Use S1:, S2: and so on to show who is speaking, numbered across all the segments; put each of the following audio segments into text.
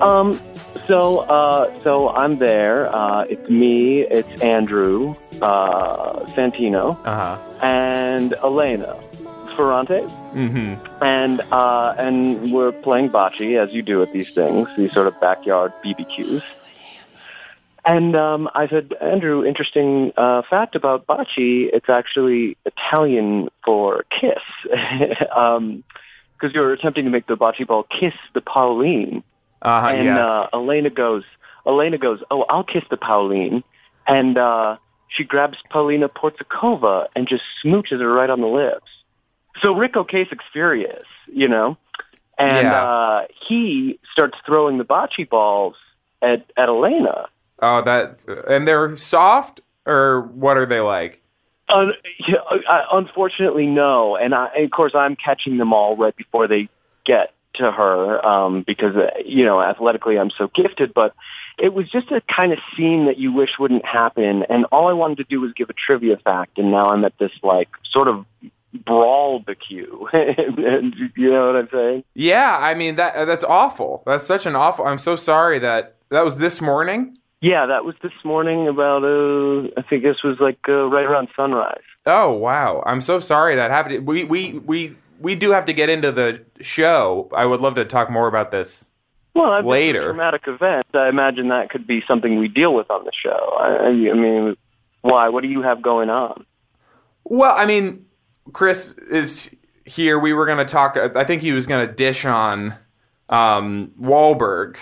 S1: Um, so, uh, so I'm there. Uh, it's me, it's Andrew, uh, Santino,
S2: Uh
S1: and Elena Ferrante,
S2: huh. Mm-hmm.
S1: and uh, and we're playing bocce as you do at these things, these sort of backyard BBQs. And um, I said, Andrew, interesting uh, fact about bocce. It's actually Italian for kiss, because you're attempting to make the bocce ball kiss the Pauline
S2: Uh huh.
S1: and
S2: yes.
S1: uh, Elena goes, Elena goes, oh, I'll kiss the Pauline, and uh, she grabs Paulina Portikova and just smooches her right on the lips. So Rick Ocasek's furious, you know, and
S2: Yeah.
S1: uh, he starts throwing the bocce balls at at Elena.
S2: oh, that. And they're soft, or what are they like?
S1: Un- yeah, uh, unfortunately, no. And, I, and of course, I'm catching them all right before they get to her um, because, uh, you know, athletically I'm so gifted. But it was just a kind of scene that you wish wouldn't happen. And all I wanted to do was give a trivia fact. And now I'm at this, like, sort of brawl barbecue. and, you know what I'm saying?
S2: Yeah, I mean that. uh, That's awful. That's such an awful. I'm so sorry that that was this morning.
S1: Yeah, that was this morning about, uh, I think this was like uh, right around sunrise.
S2: Oh wow, I'm so sorry that happened. We we we we do have to get into the show. I would love to talk more about this.
S1: Well, I've been
S2: Later.
S1: a traumatic event. I imagine that could be something we deal with on the show. I, I mean, why? What do you have going on?
S2: Well, I mean, Chris is here. We were going to talk. I think he was going to dish on um, Wahlberg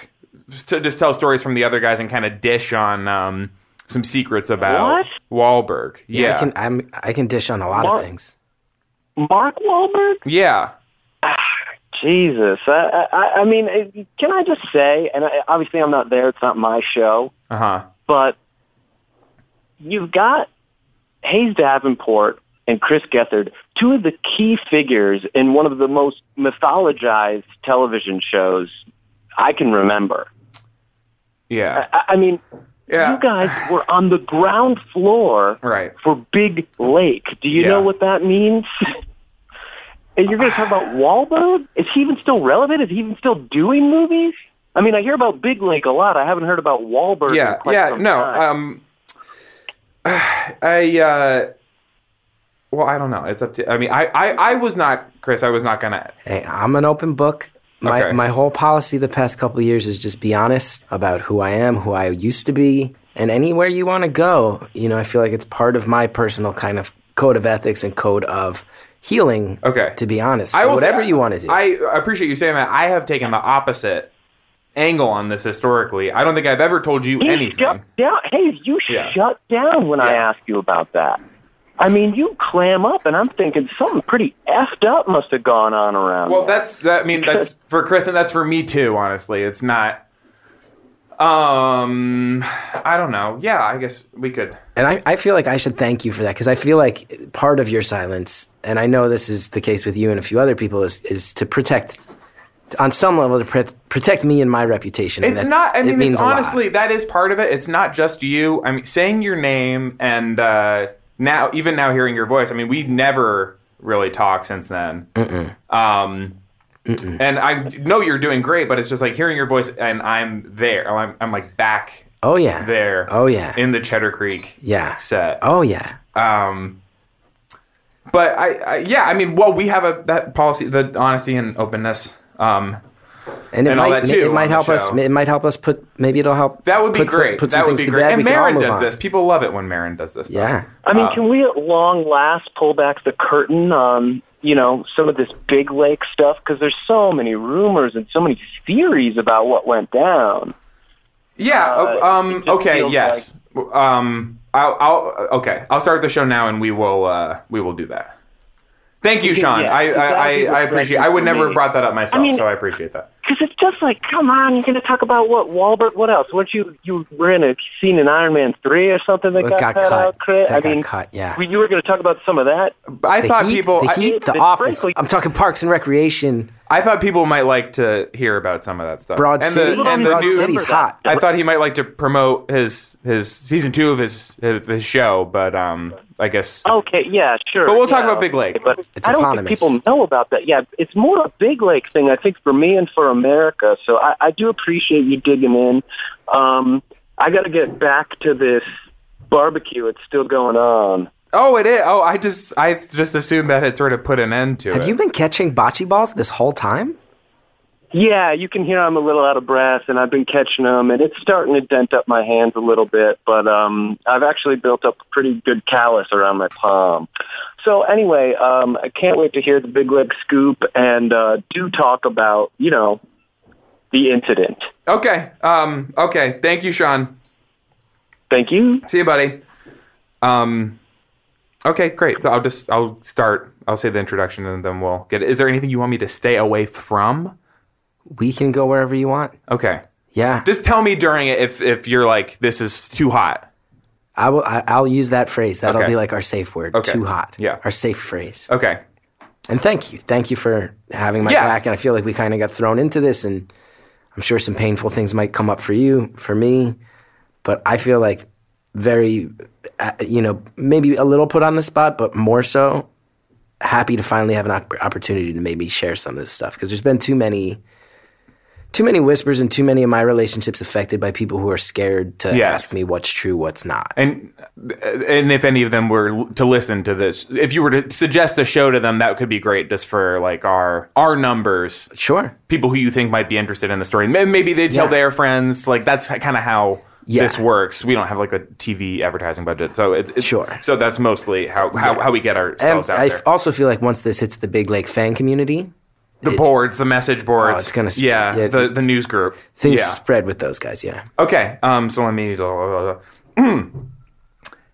S2: to just tell stories from the other guys and kind of dish on um, some secrets about
S1: What?
S2: Wahlberg. Yeah,
S3: I can I'm, I can dish on a lot
S1: Mark-
S3: of things.
S1: Mark Wahlberg?
S2: yeah.
S1: Jesus. I, I, I mean, eh, can I just say, and I, obviously I'm not there, it's not my show,
S2: Uh huh.
S1: but you've got Hayes Davenport and Chris Gethard, two of the key figures in one of the most mythologized television shows I can remember.
S2: Yeah.
S1: I, I mean,
S2: Yeah.
S1: Uh, you guys were on the ground floor
S2: Right.
S1: for Big Lake. Do you
S2: Yeah.
S1: know what that means? and you're going to talk about Wahlberg? Is he even still relevant? Is he even still doing movies? I mean, I hear about Big Lake a lot. I haven't heard about Wahlberg.
S2: yeah.
S1: in quite
S2: yeah.
S1: some
S2: No.
S1: time.
S2: Um. I. Uh, well, I don't know. It's up to. I mean, I. I, I was not Chris. I was not gonna.
S3: Hey, I'm an open book. My
S2: Okay.
S3: my whole policy the past couple of years is just be honest about who I am, who I used to be, and anywhere you want to go. You know, I feel like it's part of my personal kind of code of ethics and code of healing.
S2: Okay.
S3: To be honest,
S2: I
S3: So
S2: will say-
S3: whatever you want to do.
S2: I appreciate you saying that. I have taken the opposite angle on this historically. I don't think I've ever told you
S1: You
S2: anything.
S1: shut down. Hey, you
S2: Yeah.
S1: shut down when I
S2: Yeah.
S1: asked you about that. I mean, you clam up, and I'm thinking something pretty effed up must have gone on around.
S2: Well,
S1: there.
S2: that's that. I mean, that's for Chris, and that's for me too. Honestly, it's not. Um, I don't know. Yeah, I guess we could.
S3: And I, I feel like I should thank you for that because I feel like part of your silence, and I know this is the case with you and a few other people, is, is to protect, on some level, to pre- protect me and my reputation. and
S2: It's
S3: that-
S2: not. I
S3: it
S2: mean,
S3: means
S2: it's
S3: a lot.
S2: honestly that is part of it. It's not just you. I mean, saying your name and uh, now, even now, hearing your voice. I mean, we never really talked since then. Um, And I know you're doing great, but it's just like hearing your voice, and I'm there. Oh, I'm, I'm like back
S3: Oh, yeah.
S2: there.
S3: Oh, yeah.
S2: in the Cheddar Creek
S3: Yeah.
S2: set.
S3: Oh, yeah.
S2: Um, but I, I, yeah, I mean, well, we have a that policy, the honesty and openness. Um,
S3: And it
S2: and all
S3: might,
S2: that too
S3: it
S2: on
S3: might
S2: the
S3: help us.
S2: show.
S3: It might help us put. Maybe it'll help.
S2: That would be
S3: put-
S2: great.
S3: Put some
S2: that would
S3: things
S2: be
S3: to
S2: great.
S3: bed.
S2: And
S3: We can all
S2: Marin
S3: move
S2: does
S3: on.
S2: this. People love it when Marin does this. stuff.
S3: Yeah.
S1: I mean, can we at long last pull back the curtain on, you know, some of this big lake stuff? Because there's so many rumors and so many theories about what went down.
S2: Yeah.
S1: Uh,
S2: o- um.
S1: it just
S2: Okay.
S1: feels
S2: Yes. um. I'll, I'll. Okay. I'll start the show now, and we will. Uh. We will do that. Thank you, Sean.
S1: Yeah,
S2: I, I,
S1: exactly
S2: I, I
S1: what's
S2: appreciate.
S1: right
S2: I would
S1: for
S2: never
S1: me.
S2: have brought that up myself,
S1: I mean-
S2: so I appreciate that.
S1: Because it's just like, come on, you're going to talk about what Wahlberg? What else? Weren't you you were in a scene in Iron Man three or something that
S3: It
S1: got,
S3: got
S1: cut,
S3: cut.
S1: out? Chris?
S3: That
S1: I
S3: got
S1: mean,
S3: cut, yeah.
S1: we- you were going to talk about some of that.
S2: I
S3: The
S2: thought
S3: heat,
S2: people.
S3: the
S2: I-
S3: heat, the
S1: it-
S3: office.
S1: frankly-
S3: I'm talking Parks and Recreation.
S2: I thought people mimight like to hear about some of that stuff.
S3: Broad
S2: and
S3: City.
S2: The, and the
S3: Broad
S2: new,
S3: City's hot.
S2: I thought he might like to promote his his season two of his of his show, but um, I guess
S1: Okay, yeah, sure.
S2: But we'll talk
S1: yeah,
S2: about Big Lake.
S1: okay, But
S3: It's
S1: I don't
S3: eponymous.
S1: think people know about that. Yeah, it's more a Big Lake thing, I think, for me and for America. So I, I do appreciate you digging in. Um, I got to get back to this barbecue. It's still going on.
S2: oh, it is. Oh, I just I just assumed that had sort of put an end to it.
S3: Have you been catching bocce balls this whole time?
S1: Yeah, you can hear I'm a little out of breath, and I've been catching them, and it's starting to dent up my hands a little bit. But um, I've actually built up a pretty good callus around my palm. So anyway, um, I can't wait to hear the big leg scoop, and uh, do talk about you know the incident.
S2: Okay. Um. Okay. Thank you, Sean.
S1: Thank you.
S2: See you, buddy. Um. Okay, great. So I'll just I'll start. I'll say the introduction, and then we'll get. Is there anything you want me to stay away from?
S3: We can go wherever you want.
S2: Okay.
S3: Yeah,
S2: Just tell me during it if if you're like this is too hot.
S3: I will. I, I'll use that phrase. That'll
S2: Okay.
S3: be like our safe word.
S2: Okay.
S3: Too hot.
S2: Yeah.
S3: our safe phrase.
S2: Okay.
S3: And thank you, thank you for having my
S2: Yeah.
S3: back. And I feel like we kind of got thrown into this, and I'm sure some painful things might come up for you, for me. But I feel like very, uh, you know, maybe a little put on the spot, but more so happy to finally have an op- opportunity to maybe share some of this stuff because there's been too many too many whispers and too many of my relationships affected by people who are scared to
S2: Yes.
S3: ask me what's true what's not
S2: And and if any of them were l- to listen to this, if you were to suggest the show to them, that could be great just for like our our numbers,
S3: sure
S2: people who you think might be interested in the story. May- Maybe they tell
S3: Yeah.
S2: their friends. Like that's kind of how
S3: Yeah.
S2: this works. We don't have like a TV advertising budget, so it's, it's
S3: Sure.
S2: So that's mostly how how, how we get
S3: and
S2: ourselves out
S3: I f-
S2: there.
S3: also feel like once this hits the big lake fan community
S2: the boards, the message boards.
S3: Oh, it's gonna sp-
S2: yeah,
S3: yeah.
S2: The the news group.
S3: things
S2: yeah.
S3: spread with those guys yeah
S2: Okay, um, so let me.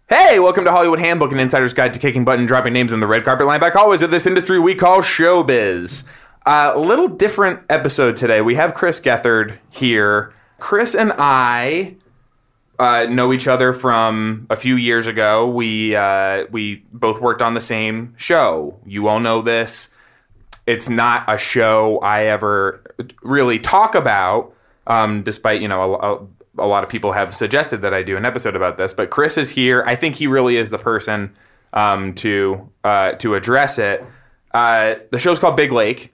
S2: hey, welcome to Hollywood Handbook, an insider's guide to kicking butt and dropping names in the red carpet line. Back always of this industry we call showbiz. Uh, A little different episode today. We have Chris Gethard here. Chris and I uh, know each other from a few years ago. We uh, we both worked on the same show. You all know this it's not a show I ever really talk about, um, despite, you know, a, a, a lot of people have suggested that I do an episode about this. But Chris is here. I think he really is the person um, to uh, to address it. Uh, the show's called Big Lake.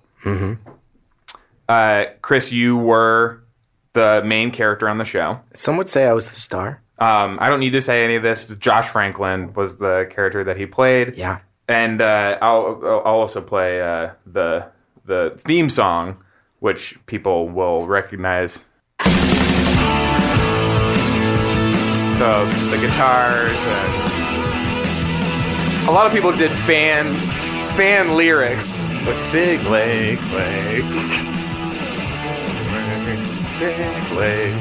S2: Uh, Chris, you were the main character on the show.
S3: Some would say I was the star.
S2: Um, I don't need to say any of this. Josh Franklin was the character that he played.
S3: Yeah.
S2: and uh, I'll, I'll also play uh, the the theme song, which people will recognize. So the guitars. And a lot of people did fan fan lyrics with Big Lake Lake. Big Lake.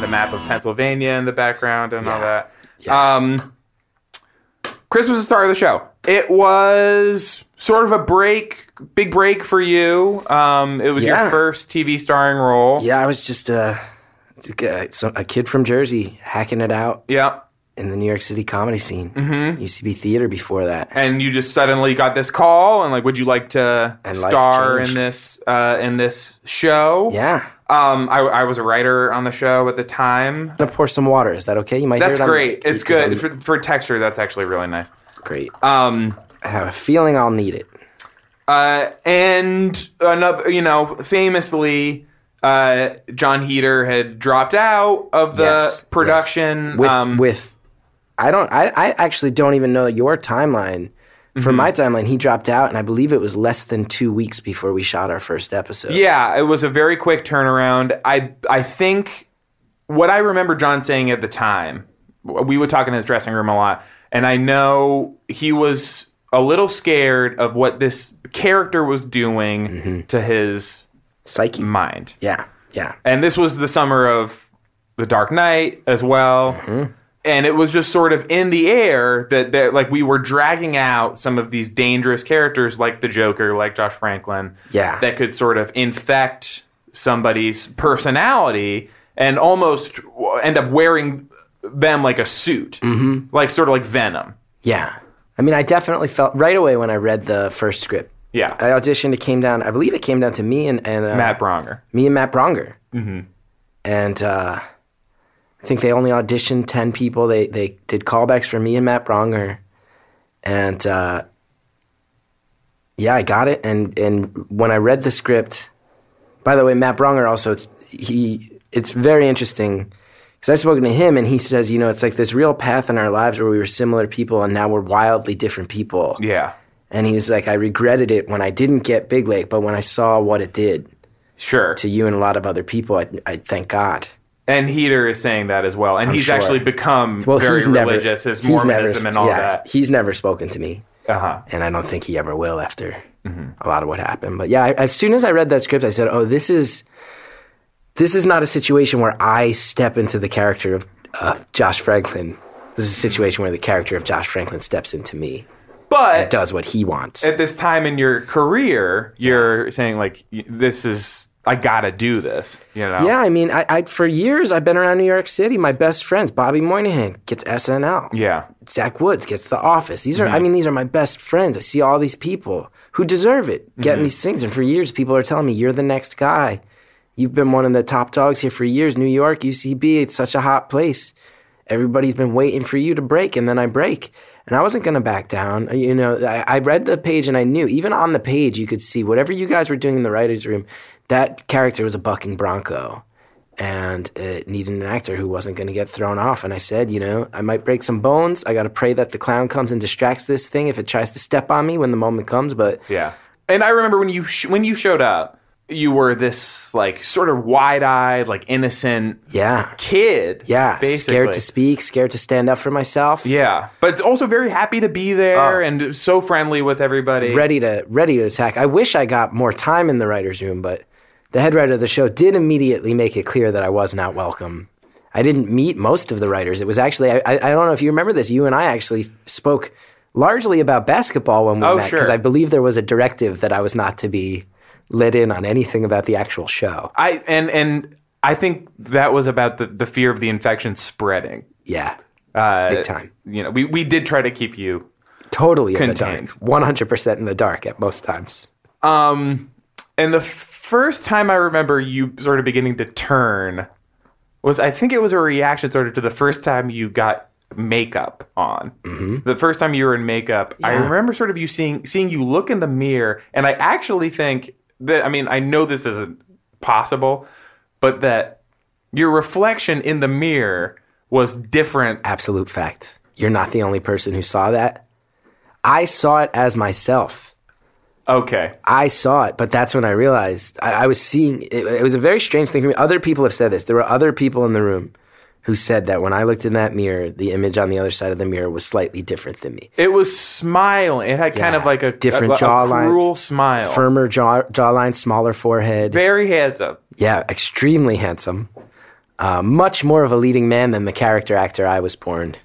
S2: The map of Pennsylvania in the background and all that. Um, Chris was the star of the show. It was sort of a break, big break for you. Um, it was
S3: Yeah.
S2: your first TV starring role.
S3: Yeah, I was just uh, a, a kid from Jersey hacking it out
S2: Yeah.
S3: in the New York City comedy scene. Mm-hmm. Used to be theater before that.
S2: And you just suddenly got this call, and like, would you like to
S3: And life
S2: star in
S3: changed.
S2: this uh, in this show?
S3: Yeah.
S2: Um, I, I was a writer on the show at the time.
S3: I'm going to pour some water. Is that okay? You might
S2: That's
S3: hear it on
S2: great.
S3: the-
S2: It's
S3: 'cause
S2: good
S3: I'm-
S2: for, for texture. That's actually really nice.
S3: great.
S2: Um,
S3: I have a feeling I'll need it.
S2: Uh, and another, you know, famously, uh, John Heater had dropped out of the
S3: Yes,
S2: production.
S3: yes. With,
S2: um,
S3: with I don't I, I actually don't even know your timeline. For
S2: Mm-hmm.
S3: my timeline, he dropped out, and I believe it was less than two weeks before we shot our first episode.
S2: yeah, it was a very quick turnaround. I I think what I remember John saying at the time, we would talk in his dressing room a lot, and I know he was a little scared of what this character was doing
S3: Mm-hmm.
S2: to his
S3: Psyche.
S2: mind.
S3: Yeah, yeah. Mm-hmm.
S2: and this was the summer of the Dark Knight as well. and it was just sort of in the air that, that like we were dragging out some of these dangerous characters like the Joker, like Josh Franklin,
S3: Yeah.
S2: that could sort of infect somebody's personality and almost end up wearing them like a suit, mm-hmm. like sort of like Venom.
S3: Yeah. I mean, I definitely felt right away when I read the first script.
S2: Yeah,
S3: I auditioned. It came down. I believe it came down to me and and uh,
S2: Matt Bronger.
S3: me and Matt Bronger. Mm-hmm. And uh, I think they only auditioned ten people. They they did callbacks for me and Matt Bronger, and uh, yeah, I got it. And and when I read the script, by the way, Matt Bronger also he it's very interesting because I've spoken to him and he says you know it's like this real path in our lives where we were similar people and now we're wildly different people.
S2: Yeah,
S3: And he was like, I regretted it when I didn't get Big Lake, but when I saw what it did
S2: sure.
S3: to you and a lot of other people, I, I thank God.
S2: And Heater is saying that as well, and he's
S3: sure.
S2: actually become
S3: Well,
S2: very
S3: he's never,
S2: religious, his
S3: he's never-
S2: Mormonism and all
S3: yeah,
S2: that.
S3: He's never spoken to me,
S2: Uh huh.
S3: and I don't think he ever will after a lot of what happened. But yeah, I, as soon as I read that script, I said, "Oh, this is this is not a situation where I step into the character of uh, Josh Franklin. This is a situation where the character of Josh Franklin steps into me,
S2: But
S3: does what he wants."
S2: at this time in your career, you're saying like, y- "This is I gotta do this," you know?
S3: Yeah, I mean, I, I for years I've been around New York City. My best friends, Bobby Moynihan gets SNL.
S2: yeah,
S3: Zach Woods gets The Office. These are, I mean, these are my best friends. I see all these people who deserve it getting these things. And for years, people are telling me, "You're the next guy. You've been one of the top dogs here for years. New York, UCB, it's such a hot place. Everybody's been waiting for you to break, and then I break." And I wasn't going to back down. Uh, You know, I, I read the page and I knew, even on the page, you could see whatever you guys were doing in the writer's room, that character was a bucking bronco and it needed an actor who wasn't going to get thrown off. And I said, you know, I might break some bones. I got to pray that the clown comes and distracts this thing if it tries to step on me when the moment comes. But
S2: yeah. And I remember when you sh- when you showed up, you were this like sort of wide eyed, like innocent
S3: yeah,
S2: kid.
S3: yeah,
S2: basically.
S3: scared to speak, scared to stand up for myself.
S2: Yeah, but also very happy to be there
S3: Oh.
S2: and so friendly with everybody.
S3: ready to ready to attack. I wish I got more time in the writers' room, but the head writer of the show did immediately make it clear that I was not welcome. I didn't meet most of the writers. It was actually I, I I don't know if you remember this. You and I actually spoke largely about basketball when we
S2: Oh,
S3: met because
S2: sure.
S3: I believe there was a directive that I was not to be let in on anything about the actual show.
S2: I and and I think that was about the, the fear of the infection spreading.
S3: Yeah,
S2: Uh,
S3: big time.
S2: You know, we, we did try to keep you.
S3: Totally in
S2: Contained.
S3: the dark. One hundred percent in the dark at most times.
S2: And the first time I remember you sort of beginning to turn was I think it was a reaction sort of to the first time you got makeup on.
S3: Mm-hmm.
S2: The first time you were in makeup, I remember sort of you seeing seeing you look in the mirror, and I actually think that I mean I know this isn't possible, but that your reflection in the mirror was different.
S3: absolute fact. You're not the only person who saw that. I saw it as myself.
S2: Okay,
S3: I saw it, but that's when I realized I, I was seeing. It, it was a very strange thing for me. Other people have said this. There were other people in the room who said that when I looked in that mirror, the image on the other side of the mirror was slightly different than me.
S2: it was smiling. It had kind
S3: Yeah.
S2: of like a
S3: Different
S2: a, a
S3: jawline.
S2: cruel smile,
S3: Firmer jaw, jawline, smaller forehead.
S2: very handsome.
S3: Yeah, extremely handsome. Uh, much more of a leading man than the character actor I was born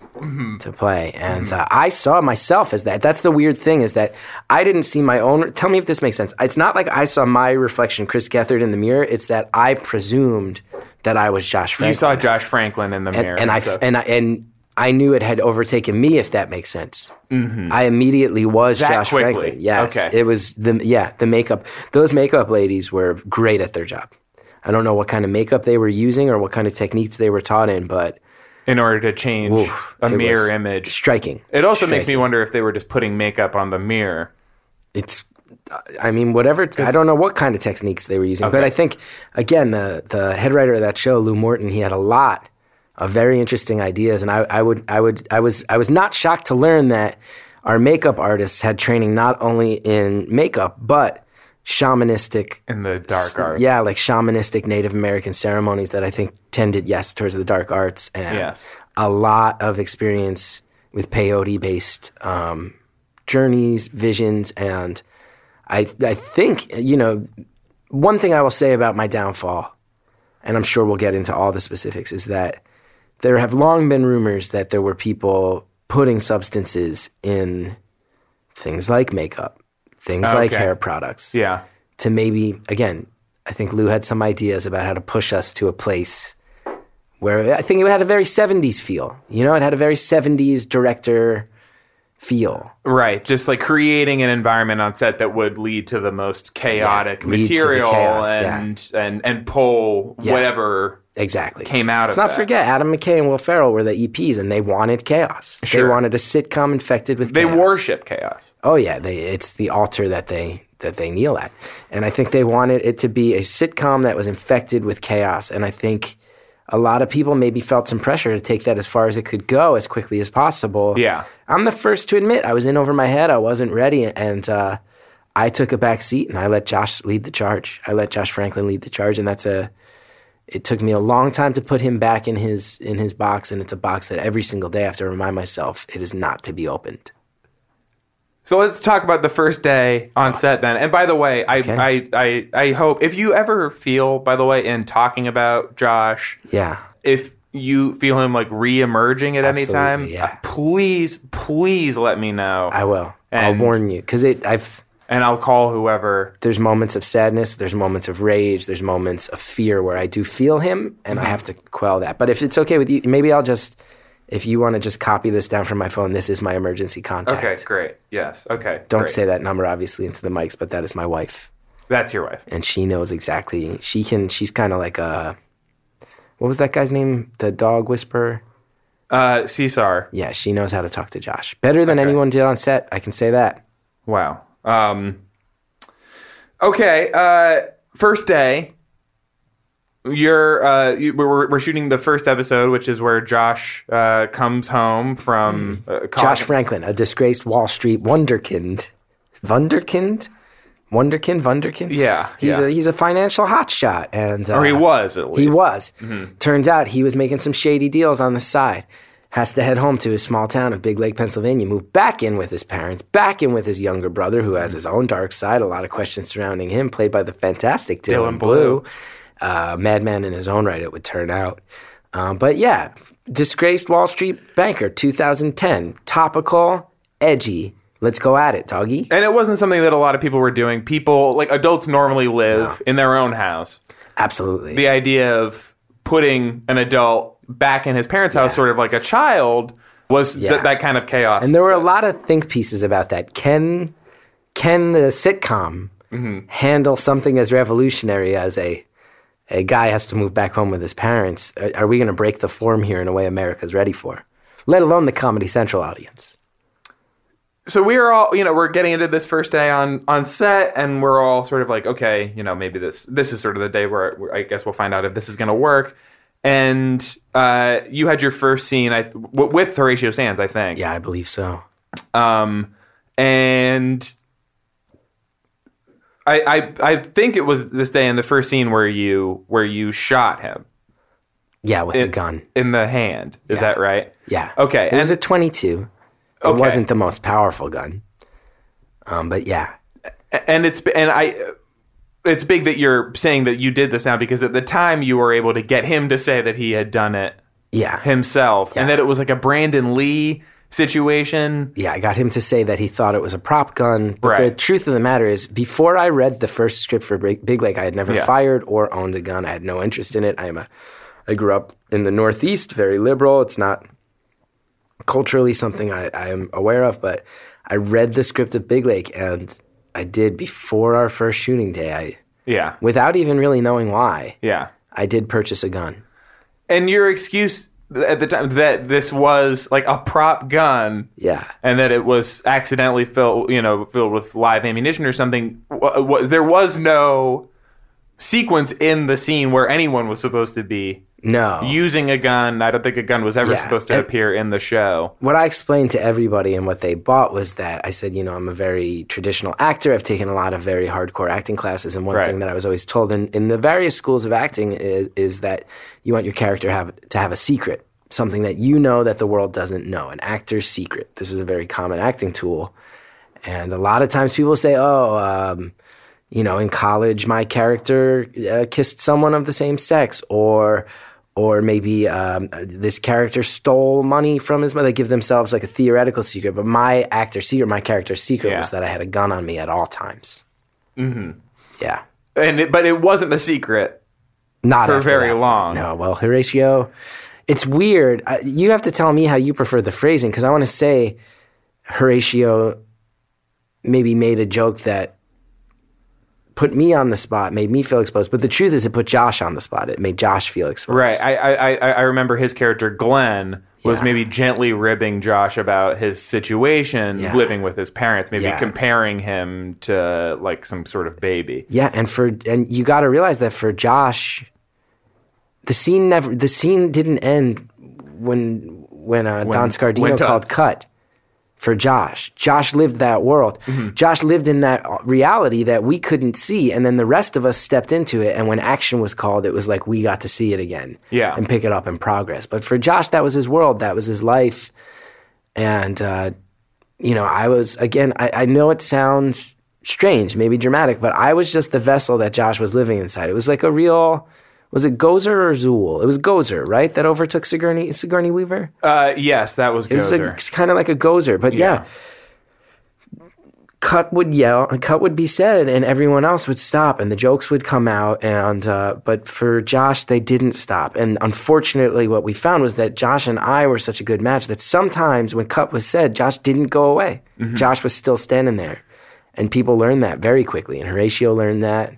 S3: to play. And uh, I saw myself as that. That's the weird thing is that I didn't see my own. Tell me if this makes sense. It's not like I saw my reflection, Chris Gethard, in the mirror. It's that I presumed that I was Josh Franklin.
S2: You saw Josh Franklin in the
S3: and,
S2: mirror,
S3: and I
S2: so-
S3: and I and I knew it had overtaken me. If that makes sense, I immediately was
S2: Mm-hmm. That
S3: Josh
S2: quickly.
S3: Franklin. Yes,
S2: Okay.
S3: it was the yeah the makeup. Those makeup ladies were great at their job. I don't know what kind of makeup they were using or what kind of techniques they were taught in, but
S2: in order to change
S3: oof,
S2: a
S3: it
S2: mirror
S3: was
S2: image.
S3: striking.
S2: It also makes me wonder if they were just putting makeup on the mirror.
S3: it's I mean whatever I don't know what kind of techniques they were using but I think again the the head writer of that show Lou Morton he had a lot of very interesting ideas and I, I would I would I was I was not shocked to learn that our makeup artists had training not only in makeup but shamanistic
S2: In the dark arts.
S3: yeah like shamanistic Native American ceremonies that I think tended yes towards the dark arts and
S2: Yes.
S3: a lot of experience with peyote based um, journeys, visions, and I I think you know one thing I will say about my downfall, and I'm sure we'll get into all the specifics, is that there have long been rumors that there were people putting substances in things like makeup, things like
S2: Okay.
S3: hair products,
S2: Yeah.
S3: to maybe, again, I think Lou had some ideas about how to push us to a place where I think it had a very 70s feel. You know, it had a very 70s director feel.
S2: Right, just like creating an environment on set that would lead to the most chaotic
S3: Yeah, lead to the
S2: material
S3: chaos, yeah.
S2: and, and and pull
S3: Yeah.
S2: whatever.
S3: Exactly.
S2: Came out
S3: Let's
S2: of
S3: not
S2: that.
S3: forget Adam McKay and Will Ferrell were the EPs and they wanted chaos.
S2: Sure.
S3: They wanted a sitcom infected with
S2: They
S3: chaos.
S2: worship chaos.
S3: Oh yeah, they, it's the altar that they that they kneel at, and I think they wanted it to be a sitcom that was infected with chaos, and I think a lot of people maybe felt some pressure to take that as far as it could go as quickly as possible.
S2: Yeah.
S3: I'm the first to admit I was in over my head. I wasn't ready, and uh, I took a back seat and I let Josh lead the charge. I let Josh Franklin lead the charge, and that's a. It took me a long time to put him back in his in his box, and it's a box that every single day I have to remind myself it is not to be opened.
S2: So let's talk about the first day on set then. And by the way, I I, I I hope if you ever feel, by the way, in talking about Josh,
S3: Yeah.
S2: if you feel him like re-emerging at any
S3: Absolutely,
S2: time,
S3: yeah.
S2: uh, please, please let me know.
S3: I will.
S2: And-
S3: I'll warn you because it. I've
S2: and I'll call whoever.
S3: there's moments of sadness, there's moments of rage, there's moments of fear where I do feel him, and
S2: Mm-hmm.
S3: I have to quell that. But if it's okay with you, maybe I'll just. If you want to just copy this down from my phone, this is my emergency contact.
S2: Okay, great. Yes. Okay.
S3: Don't
S2: great.
S3: say that number obviously into the mics, but that is my wife,
S2: That's your wife.
S3: and she knows exactly. She can. She's kind of like a. What was that guy's name? The dog whisperer.
S2: Uh Cesar.
S3: Yeah, she knows how to talk to Josh better than anyone did on set. I can say that.
S2: Wow. Um, okay. Uh, first day. You're uh, you, we're, we're shooting the first episode, which is where Josh uh, comes home from uh, college.
S3: Mm-hmm. Josh Franklin, a disgraced Wall Street wunderkind. Wunderkind? Wunderkind? Wunderkind?
S2: Yeah,
S3: He's,
S2: yeah.
S3: A, he's a financial hotshot. And, uh,
S2: or he was at least.
S3: He was. Turns out he was making some shady deals on the side. Has to head home to his small town of Big Lake, Pennsylvania, move back in with his parents, back in with his younger brother, who has his own dark side, a lot of questions surrounding him, played by the fantastic Dylan,
S2: Dylan Blue.
S3: Blue uh, madman in his own right, it would turn out. Um, but yeah, disgraced Wall Street banker, 2010, topical, edgy. Let's go at it, doggy.
S2: And it wasn't something that a lot of people were doing. People like adults normally live in their own house.
S3: Absolutely.
S2: The idea of putting an adult back in his parents' house, sort of like a child, was th-
S3: Yeah.
S2: that kind of chaos.
S3: And there were a lot of think pieces about that. Can can the sitcom
S2: Mm-hmm.
S3: handle something as revolutionary as a a guy has to move back home with his parents? Are, are we going to break the form here in a way America's ready for? Let alone the Comedy Central audience.
S2: so we are all you know we're getting into this first day on on set and we're all sort of like okay you know maybe this this is sort of the day where where i guess we'll find out if this is going to work and uh, you had your first scene I, w- with horatio sands i think
S3: Yeah, I believe so.
S2: Um, and I, I i think it was this day in the first scene where you where you shot him
S3: Yeah, with the
S2: It-
S3: gun.
S2: in the hand is that right
S3: Yeah.
S2: Okay,
S3: It was
S2: and-
S3: a 22. It
S2: Okay.
S3: wasn't the most powerful gun. Um, but yeah,
S2: and it's and I it's big that you're saying that you did this now because at the time you were able to get him to say that he had done it
S3: yeah,
S2: himself and
S3: Yeah.
S2: that it was like a Brandon Lee situation.
S3: yeah. I got him to say that he thought it was a prop gun. But the
S2: Right.
S3: truth of the matter is, before I read the first script for Big Big Lake, I had never
S2: Yeah.
S3: fired or owned a gun. I had no interest in it. I am a, I grew up in the Northeast, very liberal. It's not culturally something I, I am aware of, but I read the script of Big Lake, and I did before our first shooting day. I,
S2: Yeah.
S3: without even really knowing why,
S2: Yeah.
S3: I did purchase a gun.
S2: And your excuse at the time that this was like a prop gun
S3: Yeah.
S2: and that it was accidentally filled, you know, filled with live ammunition or something wa- wa- there was no sequence in the scene where anyone was supposed to be
S3: No.
S2: using a gun. I don't think a gun was ever
S3: Oh. Yeah.
S2: supposed to
S3: And-
S2: appear in the show.
S3: what I explained to everybody and what they bought was that I said, you know, I'm a very traditional actor. I've taken a lot of very hardcore acting classes. And one
S2: Right.
S3: thing that I was always told in, in the various schools of acting is, is that you want your character have, to have a secret, something that you know that the world doesn't know, an actor's secret. This is a very common acting tool. And a lot of times people say, oh, um, you know, in college, my character uh, kissed someone of the same sex, or or maybe um, this character stole money from his mother. They give themselves like a theoretical secret, but my actor secret, my character's secret
S2: Yeah.
S3: was that I had a gun on me at all times. Mm-hmm. Yeah.
S2: and it, but it wasn't a secret.
S3: Not
S2: For
S3: after
S2: very
S3: that.
S2: long.
S3: No, well, Horatio, it's weird. Uh, You have to tell me how you prefer the phrasing because I want to say Horatio maybe made a joke that put me on the spot, made me feel exposed. But the truth is, it put Josh on the spot. It made Josh feel exposed.
S2: Right. I I, I, I remember his character Glenn was
S3: Yeah.
S2: maybe gently ribbing Josh about his situation
S3: Yeah.
S2: living with his parents, maybe
S3: Yeah.
S2: comparing him to like some sort of baby.
S3: Yeah, and for and you got to realize that for Josh, the scene never the scene didn't end when when, uh, Don Scardino
S2: when Don-
S3: called cut for Josh. Josh lived that world. Josh lived in that uh, reality that we couldn't see, and then the rest of us stepped into it. And when action was called, it was like we got to see it again,
S2: Yeah.
S3: and pick it up in progress. But for Josh, that was his world. That was his life, and. uh you know, I was again. I, I know it sounds strange, maybe dramatic, but I was just the vessel that Josh was living inside. It was like a real. Was it Gozer or Zool? It was Gozer, right? That overtook Sigourney Sigourney Weaver.
S2: Uh, yes, that was
S3: It was
S2: Gozer.
S3: kind of like a Gozer, but yeah. Cut would yell, cut would be said, and everyone else would stop, and the jokes would come out. And uh, but for Josh, they didn't stop. And unfortunately, what we found was that Josh and I were such a good match that sometimes when cut was said, Josh didn't go away. Josh was still standing there, and people learned that very quickly. And Horatio learned that,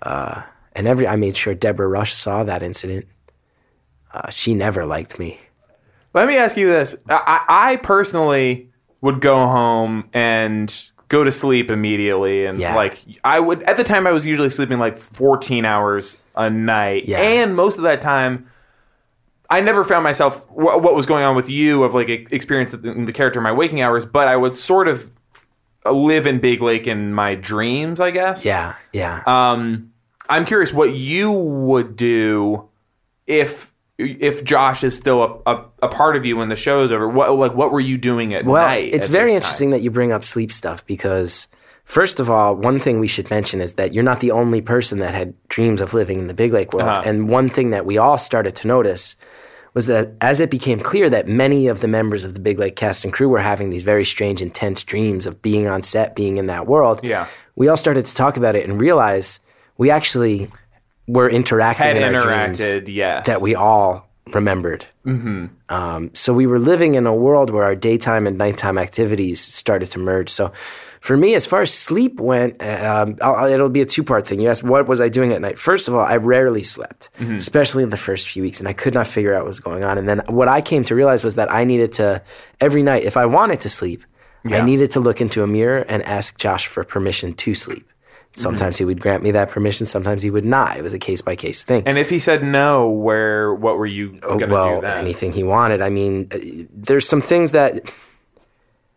S3: uh, and every I made sure Deborah Rush saw that incident. Uh, she never liked me.
S2: Let me ask you this. I, I I personally would go home and go to sleep immediately. And
S3: Yeah.
S2: like, I would, at the time, I was usually sleeping like 14 hours a night.
S3: Yeah.
S2: And most of that time, I never found myself wh- what was going on with you of like e- experience in the character in my waking hours, but I would sort of live in Big Lake in my dreams, I guess.
S3: Yeah, yeah.
S2: Um, I'm curious what you would do if if Josh is still a, a, a part of you when the show is over. What like what were you doing at
S3: Well,
S2: night?
S3: it's
S2: at
S3: very
S2: this
S3: interesting that you bring up sleep stuff because, first of all, one thing we should mention is that you're not the only person that had dreams of living in the Big Lake world.
S2: Uh-huh.
S3: And one thing that we all started to notice was that as it became clear that many of the members of the Big Lake cast and crew were having these very strange, intense dreams of being on set, being in that world,
S2: Yeah.
S3: we all started to talk about it and realize we actually were interacting
S2: Had
S3: in our
S2: interacted,
S3: dreams
S2: yes. Mm-hmm.
S3: that we all remembered. Um, so we were living in a world where our daytime and nighttime activities started to merge. So for me, as far as sleep went, um, I'll, I'll- it'll be a two part thing. You asked, what was I doing at night? First of all, I rarely slept,
S2: Mm-hmm.
S3: especially in the first few weeks, and I could not figure out what was going on. And then what I came to realize was that I needed to, every night, if I wanted to sleep, I needed to look into a mirror and ask Josh for permission to sleep.
S2: Mm-hmm.
S3: Sometimes he would grant me that permission, sometimes he would not. It was a case by case thing
S2: And if he said no, where what were you gonna
S3: Oh, well,
S2: do then?
S3: anything he wanted. I mean, uh, there's some things that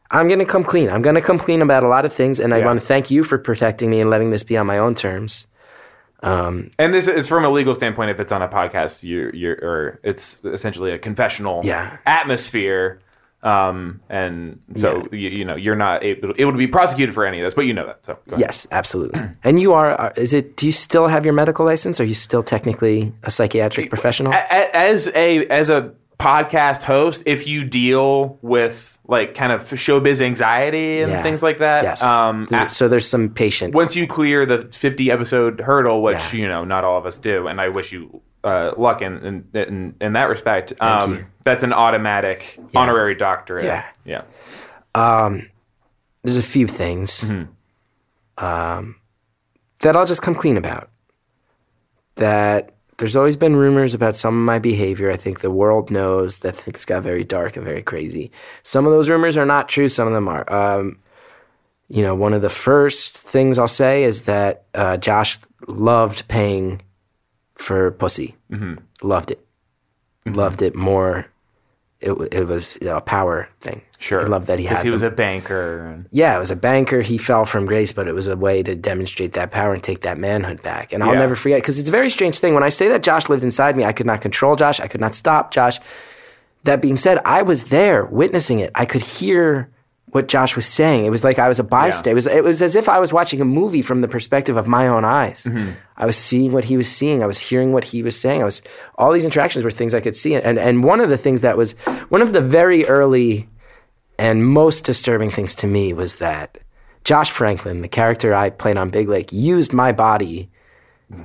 S3: I'm going to come clean. I'm going to come clean about a lot of things, and I
S2: Yeah.
S3: want to thank you for protecting me and letting this be on my own terms.
S2: And this is from a legal standpoint. If it's on a podcast, you you or it's essentially a confessional
S3: Yeah.
S2: atmosphere. Um, and so you, you know you're not able, able to be prosecuted for any of this, but you know that. So go ahead.
S3: Yes, absolutely. and you are. are- Is it? Do you still have your medical license? Are you still technically a psychiatric professional?
S2: A- a- as a as a podcast host, if you deal with like kind of showbiz anxiety and
S3: Yeah.
S2: things like that,
S3: Yes.
S2: um,
S3: There-
S2: a-
S3: so there's some patient.
S2: once you clear the 50 episode hurdle, which
S3: Yeah.
S2: you know not all of us do, and I wish you uh, luck in in, in in that respect. Um, that's an automatic honorary doctorate.
S3: Yeah.
S2: yeah.
S3: there's a few things um,
S2: Mm-hmm.
S3: that I'll just come clean about. That there's always been rumors about some of my behavior. I think the world knows that things got very dark and very crazy. Some of those rumors are not true, some of them are. Um, you know, one of the first things I'll say is that uh, Josh loved paying for pussy,
S2: Mm-hmm.
S3: loved it, loved it more. It, wa- it was a power thing.
S2: Sure.
S3: I love that he had
S2: because he
S3: the
S2: was a banker. And,
S3: yeah, it was a banker. He fell from grace, but it was a way to demonstrate that power and take that manhood back. And I'll
S2: Yeah.
S3: never forget because it's a very strange thing. When I say that Josh lived inside me, I could not control Josh. I could not stop Josh. That being said, I was there witnessing it. I could hear what Josh was saying. It was like I was a bystander. It was it was as if I was watching a movie from the perspective of my own eyes. I was seeing what he was seeing. I was hearing what he was saying. I was all these interactions were things I could see. And and one of the things that was one of the very early and most disturbing things to me was that Josh Franklin, the character I played on Big Lake, used my body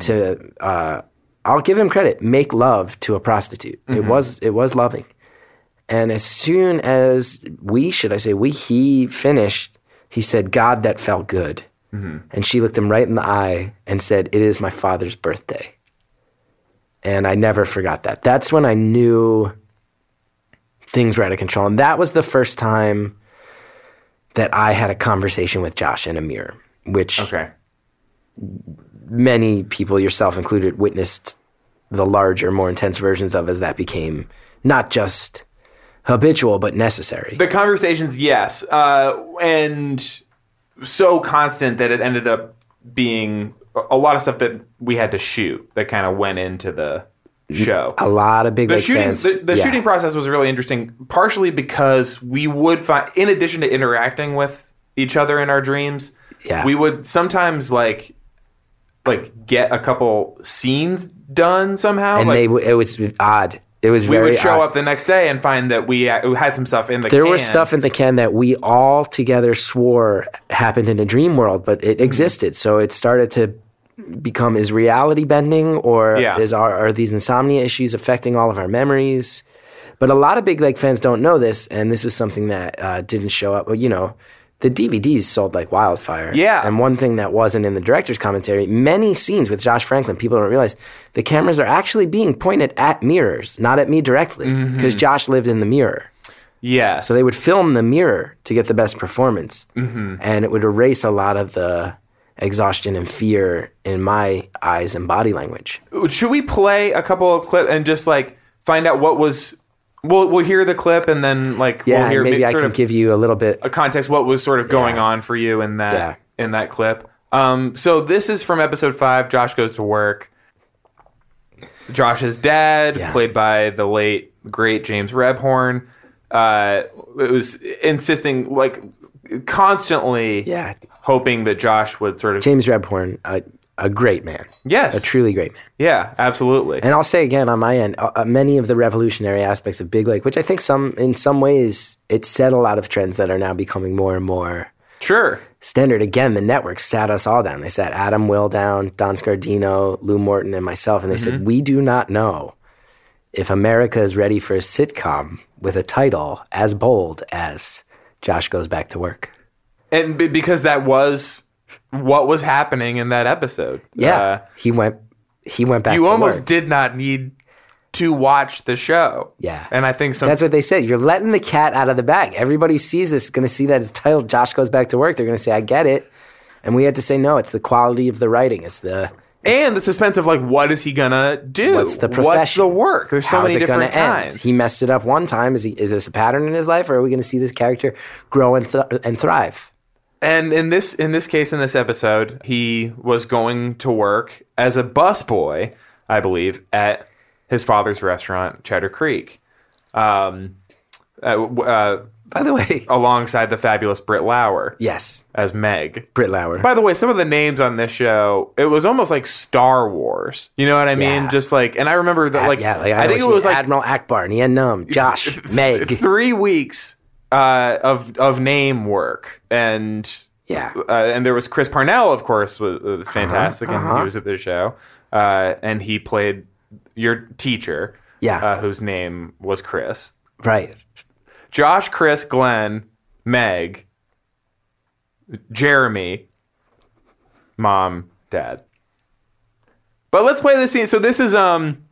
S3: to uh, I'll give him credit, make love to a prostitute. It was it was loving. And as soon as we, should I say, we, he finished, he said, God, that felt good. And she looked him right in the eye and said, It is my father's birthday. And I never forgot that. That's when I knew things were out of control. And that was the first time that I had a conversation with Josh in a mirror, which
S2: Okay.
S3: many people, yourself included, witnessed the larger, more intense versions of as that became not just habitual, but necessary.
S2: The conversations, yes, uh, and so constant that it ended up being a- a lot of stuff that we had to shoot that kind of went into the show.
S3: a lot of big
S2: the
S3: Lake
S2: shooting
S3: fans.
S2: the, the
S3: yeah.
S2: shooting process was really interesting partially because we would find in addition to interacting with each other in our dreams
S3: Yeah.
S2: we would sometimes like like get a couple scenes done somehow
S3: and
S2: like
S3: they w- it was odd. It was
S2: we
S3: very
S2: would show
S3: odd.
S2: up the next day and find that we uh, had some stuff in the
S3: There
S2: can.
S3: was stuff in the can that we all together swore happened in a dream world, but
S2: Mm-hmm.
S3: it existed. So it started to become is reality bending or
S2: Yeah.
S3: is are, are these insomnia issues affecting all of our memories? But a lot of Big Leg fans don't know this, and this was something that uh, didn't show up. Well, you know, the DVDs sold like wildfire.
S2: Yeah.
S3: And one thing that wasn't in the director's commentary, many scenes with Josh Franklin, people don't realize the cameras are actually being pointed at mirrors, not at me directly,
S2: Mm-hmm.
S3: because Josh lived in the mirror.
S2: yeah
S3: So they would film the mirror to get the best performance,
S2: Mm-hmm.
S3: and it would erase a lot of the exhaustion and fear in my eyes and body language.
S2: should we play a couple of clips and just like find out what was we'll we'll hear the clip and then like
S3: Yeah,
S2: we'll
S3: and
S2: hear
S3: maybe
S2: mi-
S3: I
S2: sort
S3: can
S2: of
S3: give you a little bit.
S2: a context what was sort of going on for you in that in that clip. Um, so this is from episode five. Josh goes to work. Josh's dad,
S3: Yeah.
S2: played by the late great James Rebhorn, uh, it was insisting like constantly,
S3: Yeah,
S2: hoping that Josh would sort of
S3: James Rebhorn, a, a great man,
S2: yes,
S3: a truly great man.
S2: yeah, absolutely,
S3: And I'll say again on my end, uh, uh, many of the revolutionary aspects of Big Lake, which I think some in some ways it set a lot of trends that are now becoming more and more
S2: sure,
S3: standard again the network sat us all down they sat adam will down don scardino lou morton and myself and they
S2: Mm-hmm.
S3: said we do not know if america is ready for a sitcom with a title as bold as josh goes back to work
S2: and b- because that was what was happening in that episode.
S3: yeah
S2: Uh,
S3: he went he went back
S2: you
S3: to
S2: almost
S3: work.
S2: did not need to watch the show.
S3: Yeah.
S2: And I think some
S3: that's what they said you're letting the cat out of the bag everybody who sees this is going to see that it's titled josh goes back to work they're going to say i get it and we had to say no it's the quality of the writing it's the
S2: and the suspense of like what is he gonna do?
S3: What's the
S2: What's the
S3: profession?
S2: work? There's so
S3: How's
S2: many
S3: it gonna
S2: different kinds.
S3: End? He messed it up one time. Is he? Is this a pattern in his life, or are we going to see this character grow and, th- and thrive?
S2: and in this in this case in this episode, he was going to work as a busboy, I believe, at his father's restaurant, Cheddar Creek. Um uh, w- uh,
S3: By the way,
S2: alongside the fabulous Britt Lauer
S3: yes,
S2: as Meg.
S3: Britt Lauer.
S2: By the way, some of the names on this show, it was almost like Star Wars. You know what I mean?
S3: Yeah.
S2: Just like, and I remember that,
S3: Ad-
S2: like,
S3: yeah, like,
S2: I,
S3: know
S2: think it
S3: what you
S2: was
S3: mean.
S2: like
S3: Admiral Akbar, Nia Num, Josh, Meg.
S2: three weeks uh, of of name work, and
S3: Yeah,
S2: uh, and there was Chris Parnell, of course, was, was
S3: Uh-huh,
S2: fantastic, and he was at the show, uh, and he played your teacher,
S3: Yeah.
S2: uh, whose name was Chris,
S3: right.
S2: Josh, Chris, Glenn, Meg, Jeremy, mom, dad. But let's play this scene. So this is um,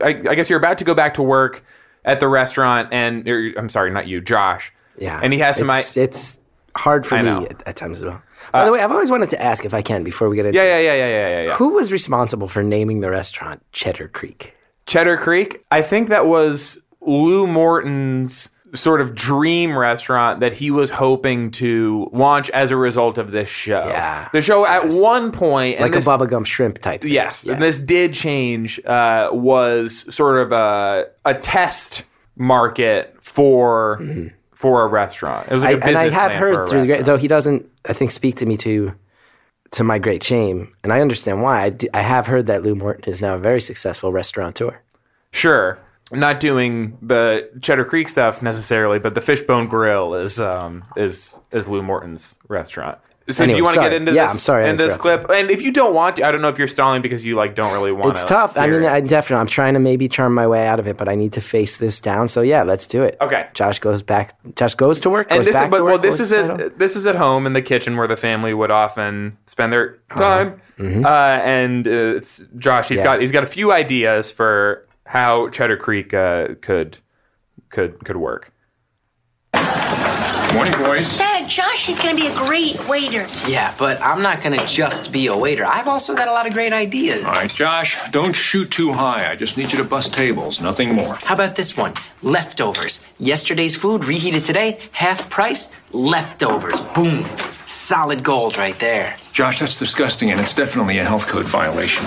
S2: I, I guess you're about to go back to work at the restaurant, and or, I'm sorry, not you, Josh.
S3: Yeah,
S2: and he has some. I,
S3: It's, it's hard for
S2: I
S3: me
S2: know. Uh,
S3: at, at times as well. By the way, I've always wanted to ask if I can before we get into
S2: yeah,
S3: it,
S2: yeah, yeah, yeah, yeah, yeah, yeah.
S3: who was responsible for naming the restaurant Cheddar Creek?
S2: Cheddar Creek. I think that was Lou Morton's sort of dream restaurant that he was hoping to launch as a result of this show.
S3: Yeah.
S2: The show at one point, and
S3: Like
S2: this-
S3: a Bubba Gump shrimp type. Thing.
S2: Yes, and this did change. Uh, was sort of a a test market for for a restaurant. It was
S3: I,
S2: like a
S3: and I
S2: business
S3: have
S2: plan for a
S3: heard through the great,
S2: restaurant.
S3: though he doesn't, I think, speak to me to to my great shame, and I understand why. I, do- I have heard that Lou Morton is now a very successful restaurateur.
S2: Sure. Not doing the Cheddar Creek stuff necessarily, but the Fishbone Grill is um, is is Lou Morton's restaurant. So do
S3: Anyway,
S2: you want to
S3: sorry.
S2: get into
S3: Yeah,
S2: this
S3: I'm sorry I
S2: in this
S3: interrupted.
S2: clip? And if you don't want to, I don't know if you're stalling because you like don't really want
S3: It's
S2: to.
S3: tough. I mean, I definitely, I'm trying to maybe charm my way out of it, but I need to face this down. So yeah, let's do it.
S2: Okay.
S3: Josh goes back. Josh goes to work.
S2: and
S3: goes
S2: this,
S3: back
S2: but
S3: to
S2: well,
S3: work,
S2: this
S3: goes
S2: is
S3: to my home.
S2: at this is at home in the kitchen where the family would often spend their time. uh and uh, it's Josh. He's
S3: Uh-huh. Mm-hmm. Yeah.
S2: got he's got a few ideas for how Cheddar Creek uh, could could could work.
S4: Morning, boys.
S5: Dad, Josh is going to be a great waiter.
S6: Yeah, but I'm not gonna just be a waiter. I've also got a lot of great ideas.
S4: All right, Josh, don't shoot too high. I just need you to bust tables, nothing more.
S6: How about this one? Leftovers. Yesterday's food reheated today, half price, leftovers. Boom. Solid gold right there.
S4: Josh, that's disgusting, and it's definitely a health code violation.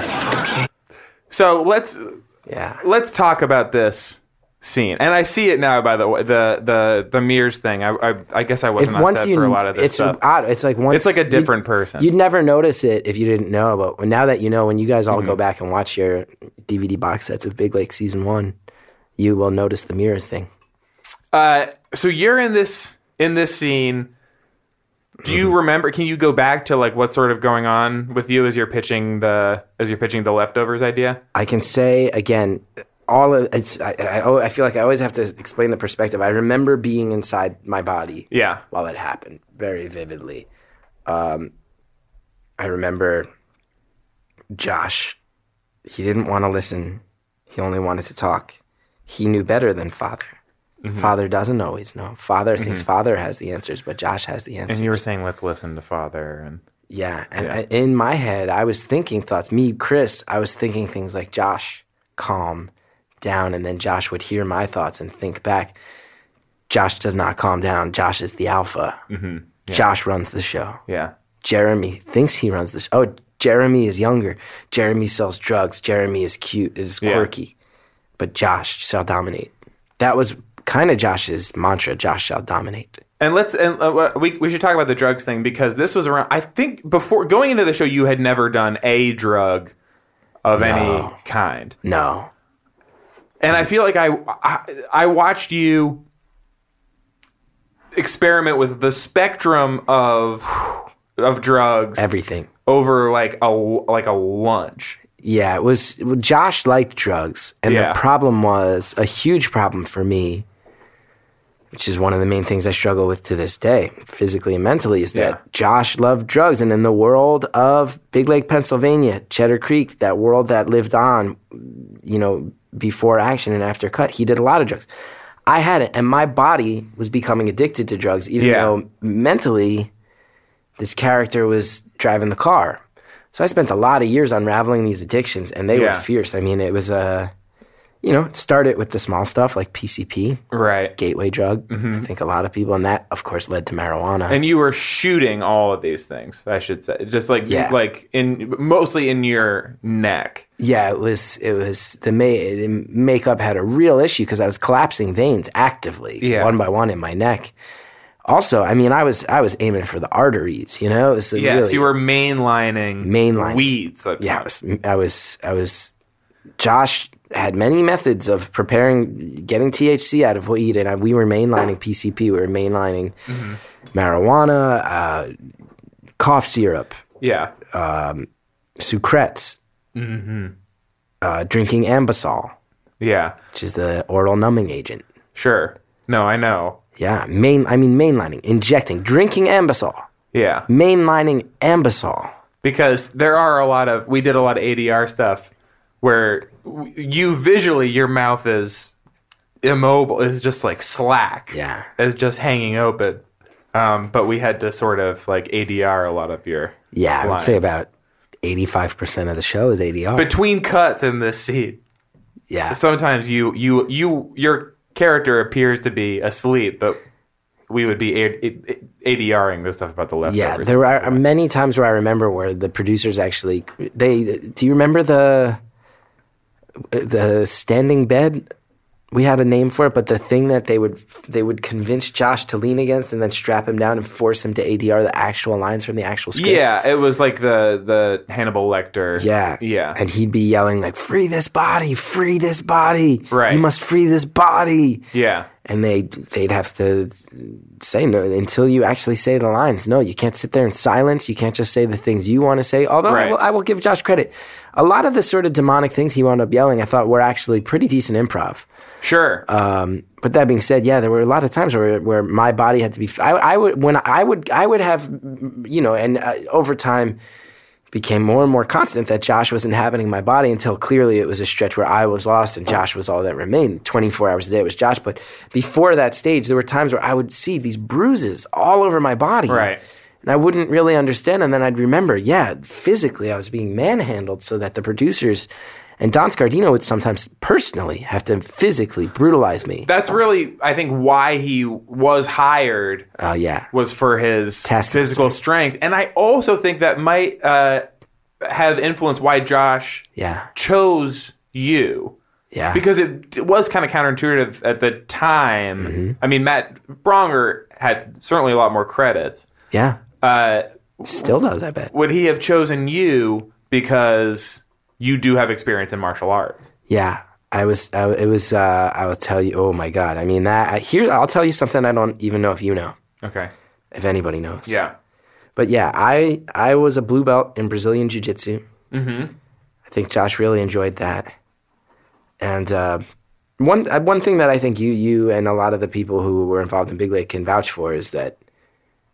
S2: So let's
S3: yeah.
S2: let's talk about this scene. And I see it now. By the way, the the the mirrors thing. I I, I guess I
S3: If
S2: wasn't on
S3: once
S2: set
S3: you,
S2: for a lot of this
S3: it's
S2: stuff.
S3: odd. It's like once
S2: It's like a
S3: you'd-
S2: different person.
S3: You'd never notice it if you didn't know, but now that you know, when you guys all
S2: Mm-hmm.
S3: go back and watch your DVD box sets of Big Lake season one, you will notice the mirror thing.
S2: Uh, so you're in this in this scene. Do you remember? Can you go back to like what's sort of going on with you as you're pitching the as you're pitching the leftovers idea?
S3: I can say again, all of it's. I, I, oh, I feel like I always have to explain the perspective. I remember being inside my body
S2: Yeah.
S3: while it happened very vividly. Um, I remember Josh. He didn't want to listen. He only wanted to talk. He knew better than father. Father doesn't always know. Father thinks father has the answers, but Josh has the answers.
S2: And you were saying let's listen to father and
S3: Yeah. And I- in my head, I was thinking thoughts. Me, Chris, I was thinking things like, Josh, calm down. And then Josh would hear my thoughts and think back. Josh does not calm down. Josh is the alpha. Josh runs the show.
S2: yeah.
S3: Jeremy thinks he runs the show. Oh, Jeremy is younger. Jeremy sells drugs. Jeremy is cute. It is
S2: Yeah.
S3: quirky. But Josh shall dominate. That was kind of Josh's mantra Josh shall dominate.
S2: And let's and uh, we we should talk about the drugs thing because this was around. I think before going into the show, you had never done a drug of any kind.
S3: No.
S2: and I feel like I, I I watched you experiment with the spectrum of of drugs
S3: Everything.
S2: over like a like a lunch.
S3: Yeah, it was well, Josh liked drugs, and
S2: Yeah.
S3: the problem was a huge problem for me, which is one of the main things I struggle with to this day, physically and mentally, is that
S2: Yeah.
S3: Josh loved drugs, and in the world of Big Lake, Pennsylvania, Cheddar Creek, that world that lived on, you know, before action and after cut, he did a lot of drugs. I had it, and my body was becoming addicted to drugs, even
S2: Yeah.
S3: though mentally, this character was driving the car. So I spent a lot of years unraveling these addictions, and they
S2: Yeah.
S3: were fierce. I mean, it was uh, you know, start it with the small stuff like PCP,
S2: Right.
S3: gateway drug.
S2: Mm-hmm.
S3: I think a lot of people, and that of course led to marijuana.
S2: And you were shooting all of these things, I should say. Just like
S3: Yeah.
S2: like in mostly in your neck.
S3: yeah, it was it was the, ma- the makeup had a real issue because I was collapsing veins actively,
S2: Yeah.
S3: one by one in my neck. Also, I mean, I was I was aiming for the arteries, you know. It was a
S2: Yes,
S3: really-
S2: you were mainlining
S3: Mainlining.
S2: weeds. at
S3: yeah, I
S2: times.
S3: was, I was, I was. Josh had many methods of preparing, getting THC out of what he did. I, we were mainlining PCP, we were mainlining marijuana, uh, cough syrup,
S2: yeah.
S3: Sucrets, uh, drinking Ambisol,
S2: Yeah.
S3: which is the oral numbing agent.
S2: Sure. No, I know.
S3: Yeah, main. I mean, mainlining, injecting, drinking Ambisol,
S2: Yeah.
S3: mainlining Ambisol.
S2: because there are a lot of we did a lot of ADR stuff where w- you visually your mouth is immobile is just like slack
S3: Yeah.
S2: is just hanging open um, but we had to sort of like ADR a lot of your
S3: Yeah, I would say
S2: lines.
S3: about eighty-five percent of the show is ADR.
S2: between cuts in this scene
S3: yeah,
S2: sometimes you you you your character appears to be asleep but we would be A- A- ADRing this stuff about the leftovers
S3: Yeah, there are many times where I remember where the producers actually they. Do you remember the the standing bed we had a name for it, but the thing that they would they would convince Josh to lean against and then strap him down and force him to ADR the actual lines from the actual script.
S2: Yeah, it was like the the Hannibal Lecter.
S3: Yeah.
S2: yeah.
S3: And he'd be yelling like, "Free this body! Free this body!
S2: Right.
S3: You must free this body!"
S2: yeah.
S3: And they they'd have to say no until you actually say the lines. No, you can't sit there in silence. You can't just say the things you want to say. Although
S2: Right.
S3: I, will, I will give Josh credit. A lot of the sort of demonic things he wound up yelling, I thought were actually pretty decent improv. Uh,
S2: Sure.
S3: But that being said, yeah, there were a lot of times where where my body had to be. I, I would when I would I would have, you know, and uh, over time became more and more constant that Josh was inhabiting my body until clearly it was a stretch where I was lost and Josh was all that remained. Twenty four hours a day it was Josh, but before that stage, there were times where I would see these bruises all over my body,
S2: Right.
S3: And I wouldn't really understand, and then I'd remember, yeah, physically I was being manhandled, so that the producers. And Don Scardino would sometimes personally have to physically brutalize me.
S2: That's really, I think, why he was hired
S3: Oh yeah.
S2: was for his
S3: Task
S2: physical strength, and I also think that might uh, have influenced why Josh
S3: Yeah.
S2: chose you.
S3: Yeah.
S2: because it, it was kind of counterintuitive at the time. I mean, Matt Bronger had certainly a lot more credits.
S3: yeah.
S2: Uh,
S3: Still does, I bet.
S2: would he have chosen you because you do have experience in martial arts?
S3: Yeah. I was I, it was uh I will tell you oh my god. I mean that I, here I'll tell you something I don't even know if you know.
S2: Okay.
S3: If anybody knows.
S2: Yeah.
S3: But yeah, I I was a blue belt in Brazilian jiu-jitsu. Mhm.
S2: Mm-hmm.
S3: I think Josh really enjoyed that. And uh one uh, one thing that I think you you and a lot of the people who were involved in Big Lake can vouch for is that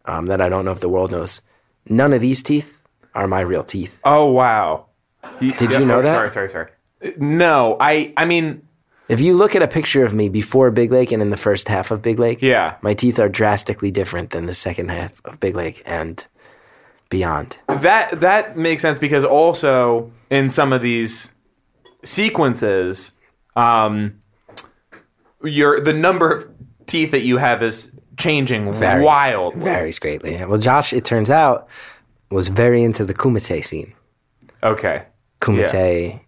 S3: um that I don't know if the world knows. None of these teeth are my real teeth.
S2: Oh wow. oh,
S3: Did you know that?
S2: Sorry, sorry, sorry. Uh, No, I. I mean,
S3: If you look at a picture of me before Big Lake and in the first half of Big Lake,
S2: Yeah.
S3: my teeth are drastically different than the second half of Big Lake and beyond.
S2: that that makes sense because also in some of these sequences, um, your the number of teeth that you have is changing
S3: Varies-
S2: wildly.
S3: varies greatly. Yeah, Well, Josh, it turns out, was very into the kumite scene.
S2: Okay.
S3: Kumite,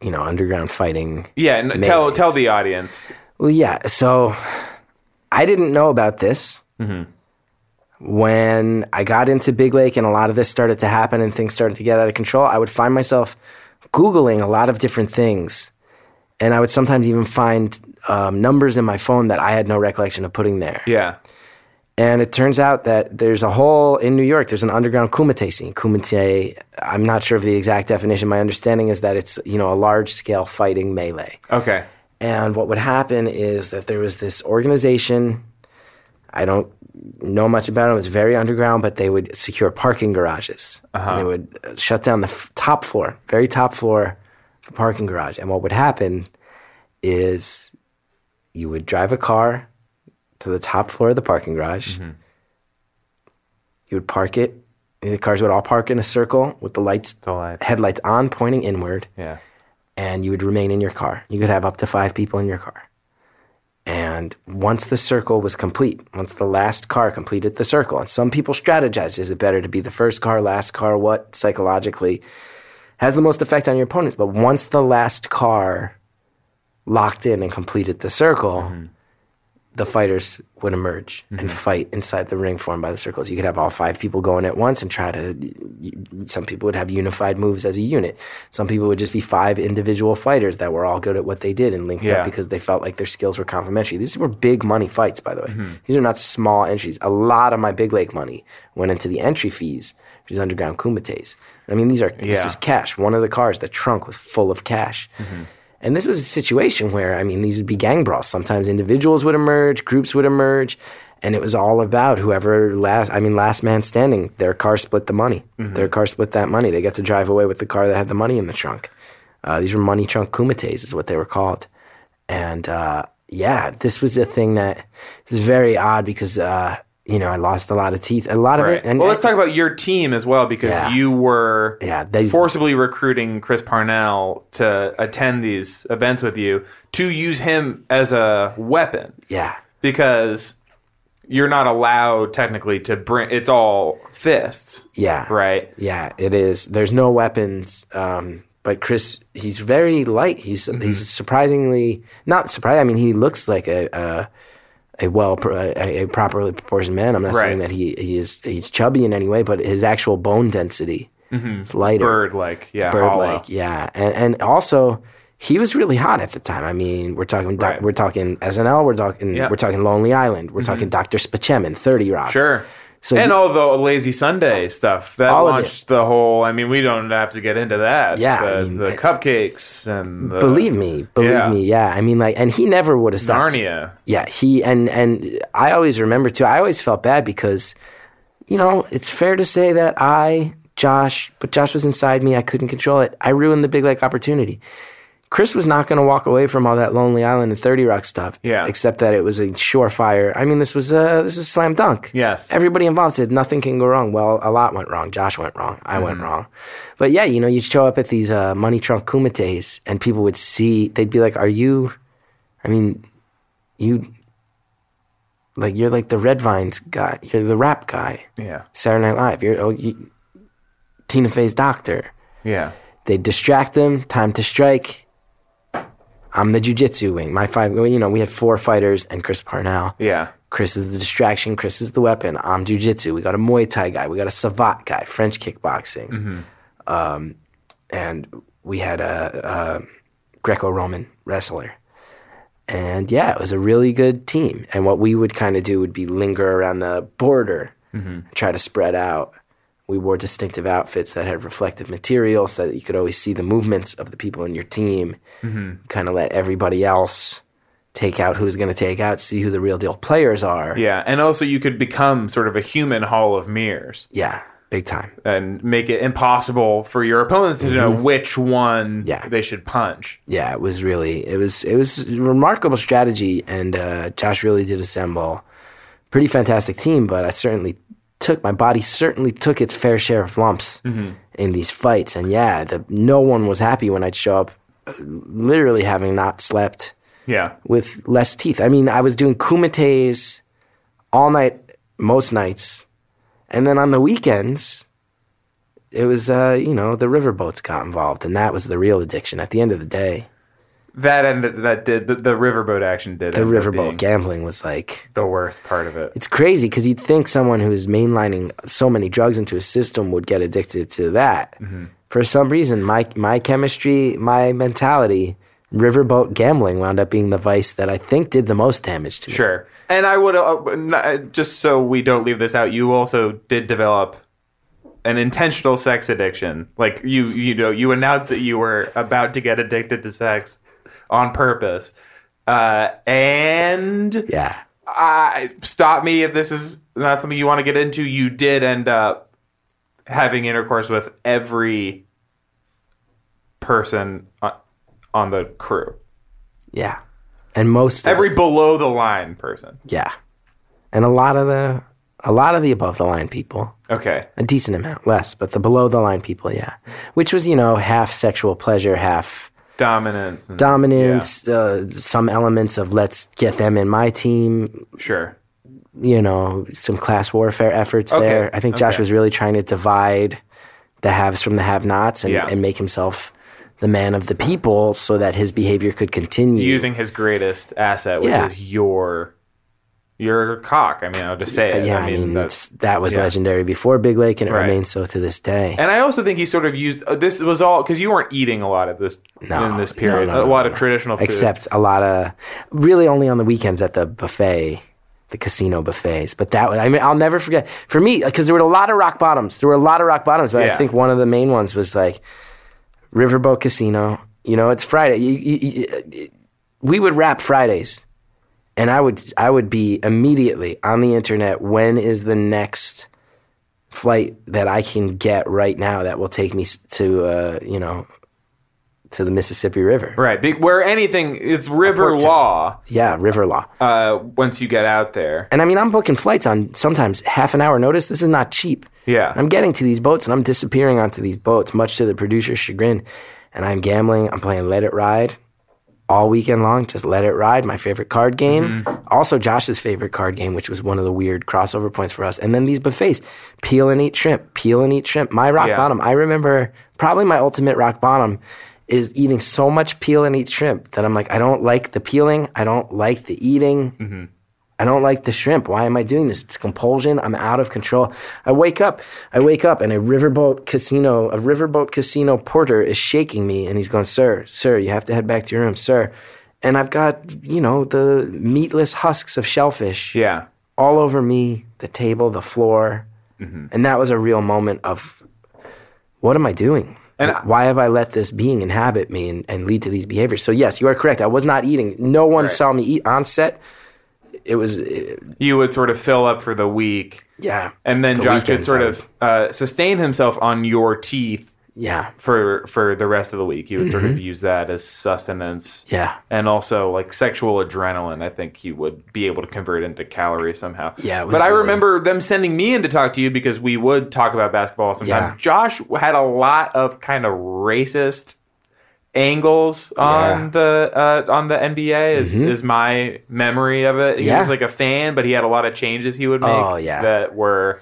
S3: you know, underground fighting.
S2: Yeah, and tell
S3: Mayonnaise.
S2: tell the audience.
S3: Well, yeah. So I didn't know about this when I got into Big Lake and a lot of this started to happen and things started to get out of control. I would find myself Googling a lot of different things. And I would sometimes even find um, numbers in my phone that I had no recollection of putting there.
S2: Yeah.
S3: And it turns out that there's a whole in New York. There's an underground kumite scene. Kumite. I'm not sure of the exact definition. My understanding is that it's you know a large scale fighting melee.
S2: Okay.
S3: And what would happen is that there was this organization. I don't know much about it. It was very underground, but they would secure parking garages.
S2: Uh-huh.
S3: And they would uh, shut down the f- top floor, very top floor of a parking garage. And what would happen is you would drive a car to the top floor of the parking garage.
S2: Mm-hmm.
S3: You would park it. and The cars would all park in a circle with the lights,
S2: lights.
S3: headlights on, pointing inward
S2: Yeah.
S3: and you would remain in your car. You could have up to five people in your car. And once the circle was complete, once the last car completed the circle, and some people strategize is it better to be the first car, last car, what psychologically has the most effect on your opponents? But once the last car locked in and completed the circle, the fighters would emerge and fight inside the ring formed by the circles. You could have all five people going at once and try to. Some people would have unified moves as a unit. Some people would just be five individual fighters that were all good at what they did and linked
S2: Yeah.
S3: up because they felt like their skills were complementary. These were big money fights, by the way. These are not small entries. A lot of my big lake money went into the entry fees, which is underground kumites. I mean, these are this
S2: Yeah.
S3: is cash. One of the cars, the trunk was full of cash.
S2: Mm-hmm.
S3: And this was a situation where, I mean, these would be gang brawls. Sometimes individuals would emerge, groups would emerge, and it was all about whoever last, I mean, last man standing, their car split the money.
S2: Mm-hmm.
S3: Their car split that money. They got to drive away with the car that had the money in the trunk. Uh, these were money trunk kumites, is what they were called. And uh, yeah, this was a thing that was very odd because, uh, you know, I lost a lot of teeth. A lot of
S2: Right.
S3: it. And
S2: well, let's talk about your team as well because
S3: Yeah.
S2: you were
S3: Yeah, they-
S2: forcibly recruiting Chris Parnell to attend these events with you to use him as a weapon
S3: Yeah.
S2: because you're not allowed technically to bring it's all fists,
S3: Yeah.
S2: right?
S3: Yeah, it is. There's no weapons. Um, But Chris, he's very light. He's
S2: Mm-hmm.
S3: he's surprisingly not surprised. I mean, he looks like a a, a well a, a properly proportioned man. I'm not saying
S2: Right.
S3: that he he is he's chubby in any way, but his actual bone density is
S2: Mm-hmm.
S3: lighter,
S2: Bird like, yeah, hollow.
S3: bird-like. Yeah, and and also. He was really hot at the time. I mean, we're talking doc,
S2: Right.
S3: we're talking SNL, we're
S2: Yeah.
S3: talking
S2: Mm-hmm.
S3: we're talking Lonely Island, we're talking Doctor Spaceman, Thirty Rock.
S2: Sure.
S3: So
S2: and
S3: you-
S2: all the lazy Sunday stuff that
S3: All of it.
S2: launched the whole. I mean, we don't have to get into that.
S3: Yeah,
S2: the,
S3: I mean,
S2: the
S3: it-
S2: cupcakes and the
S3: believe me, believe
S2: Yeah.
S3: me. Yeah, I mean, like, and he never would have stopped.
S2: Narnia.
S3: Yeah, he and and I always remember too. I always felt bad because, you know, it's fair to say that I, Josh, but Josh was inside me. I couldn't control it. I ruined the big lake opportunity. Chris was not going to walk away from all that Lonely Island and Thirty Rock stuff.
S2: Yeah.
S3: except that it was a surefire. I mean, this was a this is a slam dunk.
S2: Yes.
S3: everybody involved said nothing can go wrong. Well, a lot went wrong. Josh went wrong. I went wrong. But yeah, you know, you'd show up at these uh, money trunk kumites, and people would see. They'd be like, "Are you?" I mean, you like you're like the Red Vines guy. You're the rap guy.
S2: Yeah.
S3: Saturday Night Live. You're oh, you, Tina Fey's doctor.
S2: Yeah.
S3: They distract them. Time to strike. I'm the jujitsu wing. My five. well, You know, we had four fighters and Chris Parnell.
S2: Yeah.
S3: Chris is the distraction. Chris is the weapon. I'm jujitsu. We got a Muay Thai guy. We got a Savat guy. French kickboxing. Um, and we had a, a Greco-Roman wrestler. And yeah, it was a really good team. And what we would kind of do would be linger around the border, try to spread out. We wore distinctive outfits that had reflective material so that you could always see the movements of the people in your team. Kind of let everybody else take out who's going to take out, see who the real deal players are.
S2: Yeah. And also, you could become sort of a human hall of mirrors
S3: Yeah, big time.
S2: and make it impossible for your opponents to know which one
S3: Mm-hmm. Yeah.
S2: they should punch.
S3: yeah, it was really it was it was a remarkable strategy, and uh, Josh really did assemble pretty fantastic team. But I certainly took my body certainly took its fair share of lumps in these fights, and yeah, the, no one was happy when I'd show up, uh, literally having not slept
S2: Yeah.
S3: with less teeth. I mean, I was doing kumites all night, most nights, and then on the weekends, it was uh, you know the riverboats got involved, and that was the real addiction. At the end of the day,
S2: That ended. That did the, the riverboat action did
S3: the
S2: end up
S3: riverboat
S2: being
S3: gambling was like
S2: The worst part of it.
S3: it's crazy because you'd think someone who's mainlining so many drugs into his system would get addicted to that.
S2: Mm-hmm.
S3: For some reason, my my chemistry, my mentality. Riverboat gambling wound up being the vice that I think did the most damage to me.
S2: Sure. And I would uh, n- uh, just so we don't leave this out. You also did develop an intentional sex addiction. Like you, you know, you announced that you were about to get addicted to sex on purpose. Uh, and
S3: Yeah.
S2: I stop me if this is not something you want to get into. You did end up having intercourse with every person on, on the crew,
S3: Yeah. And most
S2: every below the line person.
S3: yeah. And a lot of the a lot of the above the line people.
S2: Okay.
S3: A decent amount, less, but the below the line people, yeah. Which was, you know, half sexual pleasure, half
S2: Dominance. and-
S3: dominance, uh, some elements of let's get them in my team,
S2: Sure.
S3: you know, some class warfare efforts
S2: Okay,
S3: there. I think Josh
S2: okay.
S3: was really trying to divide the haves from the have nots and,
S2: Yeah.
S3: and make himself the man of the people so that his behavior could continue.
S2: Using his greatest asset, which
S3: Yeah.
S2: is your your cock. I mean, I'll just say it.
S3: yeah, I mean,
S2: that's-
S3: that's, that was
S2: yeah.
S3: legendary before Big Lake, and it
S2: Right.
S3: remains so to this day.
S2: And I also think he sort of used uh, this was all because you weren't eating a lot of this in this period.
S3: no, no,
S2: a
S3: no,
S2: lot
S3: no,
S2: of
S3: no.
S2: traditional food.
S3: Except a lot of, really only on the weekends at the buffet, the casino buffets. But that was, I mean, I'll never forget. For me, because there were a lot of rock bottoms. There were a lot of rock bottoms, but
S2: Yeah.
S3: I think one of the main ones was like Riverboat Casino. You know, it's Friday. You, you, you, we would rap Fridays. And I would I would be immediately on the internet. When is the next flight that I can get right now that will take me s- to uh, you know to the Mississippi River?
S2: right be, where anything it's river
S3: port town.
S2: law.
S3: Yeah, River Law.
S2: Uh, once you get out there,
S3: and I mean, I'm booking flights on sometimes half an hour notice. This is not cheap.
S2: Yeah.
S3: I'm getting to these boats and I'm disappearing onto these boats, much to the producer's chagrin. And I'm gambling. I'm playing Let It Ride. all weekend long. Just let it ride. My favorite card game.
S2: Mm-hmm.
S3: Also, Josh's favorite card game, which was one of the weird crossover points for us. And then these buffets peel and eat shrimp, peel and eat shrimp. My rock
S2: Yeah.
S3: bottom. I remember probably my ultimate rock bottom is eating so much peel and eat shrimp that I'm like, I don't like the peeling. I don't like the eating. I don't like the shrimp. Why am I doing this? It's compulsion. I'm out of control. I wake up. I wake up and a riverboat casino, a riverboat casino porter is shaking me and he's going, Sir, sir, you have to head back to your room, sir. And I've got, you know, the meatless husks of shellfish
S2: Yeah.
S3: all over me, the table, the floor.
S2: Mm-hmm.
S3: And that was a real moment of what am I doing?
S2: And
S3: Like, why have I let this being inhabit me and, and lead to these behaviors? So, yes, you are correct. I was not eating. No one
S2: Right.
S3: saw me eat on set. It was, it-
S2: You would sort of fill up for the week,
S3: yeah.
S2: and then
S3: The
S2: Josh could
S3: weekends,
S2: sort
S3: I
S2: of uh, sustain himself on your teeth
S3: Yeah.
S2: for for the rest of the week. He would sort of use that as sustenance.
S3: Mm-hmm. Yeah.
S2: And also like sexual adrenaline, I think he would be able to convert into calories somehow.
S3: Yeah, it was
S2: But I
S3: really-
S2: remember them sending me in to talk to you because we would talk about basketball sometimes.
S3: Yeah.
S2: Josh had a lot of kind of racist angles on
S3: Yeah. Mm-hmm.
S2: the uh, on the NBA is is my memory of it. He
S3: Yeah.
S2: was like a fan, but he had a lot of changes he would make
S3: Oh, yeah.
S2: that were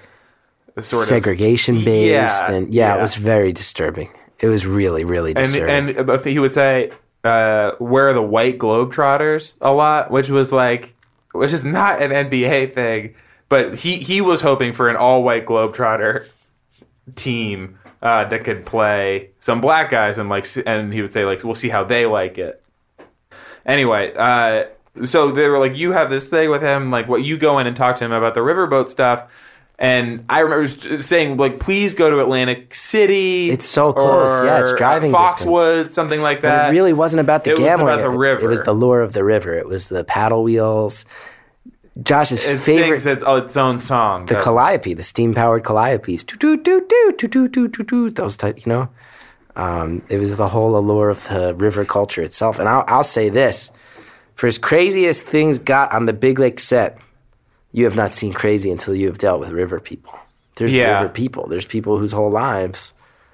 S2: sort of
S3: Segregation based.
S2: Yeah,
S3: and yeah,
S2: yeah.
S3: it was very disturbing. It was really, really
S2: and
S3: disturbing.
S2: and uh, he would say, uh, "Where are the white globetrotters?" a lot, which was like, which is not an NBA thing, but he he was hoping for an all white globetrotter team uh, that could play some black guys and like, s- and he would say like, "We'll see how they like it." Anyway, uh, so they were like, "You have this thing with him, like, what you go in and talk to him about the riverboat stuff." And I remember s- saying, like, please go to Atlantic City.
S3: It's so close.
S2: or,
S3: Yeah, it's driving
S2: uh,
S3: distance.
S2: Foxwoods, something like
S3: But
S2: that.
S3: it really wasn't about the
S2: It was
S3: gambling.
S2: about the
S3: It-
S2: river.
S3: It was the lure of the river. It was the paddle wheels. Josh's
S2: it
S3: favorite
S2: sings its, oh, its own song.
S3: the
S2: That's-
S3: calliope, the steam powered calliopes. Doo, doo, doo, doo, doo, doo, doo, doo, doo, Those type, you know? Um, it was the whole allure of the river culture itself. And I'll, I'll say this for as crazy as things got on the Big Lake set, you have not seen crazy until you have dealt with river people. There's
S2: Yeah.
S3: river people. There's people whose whole lives,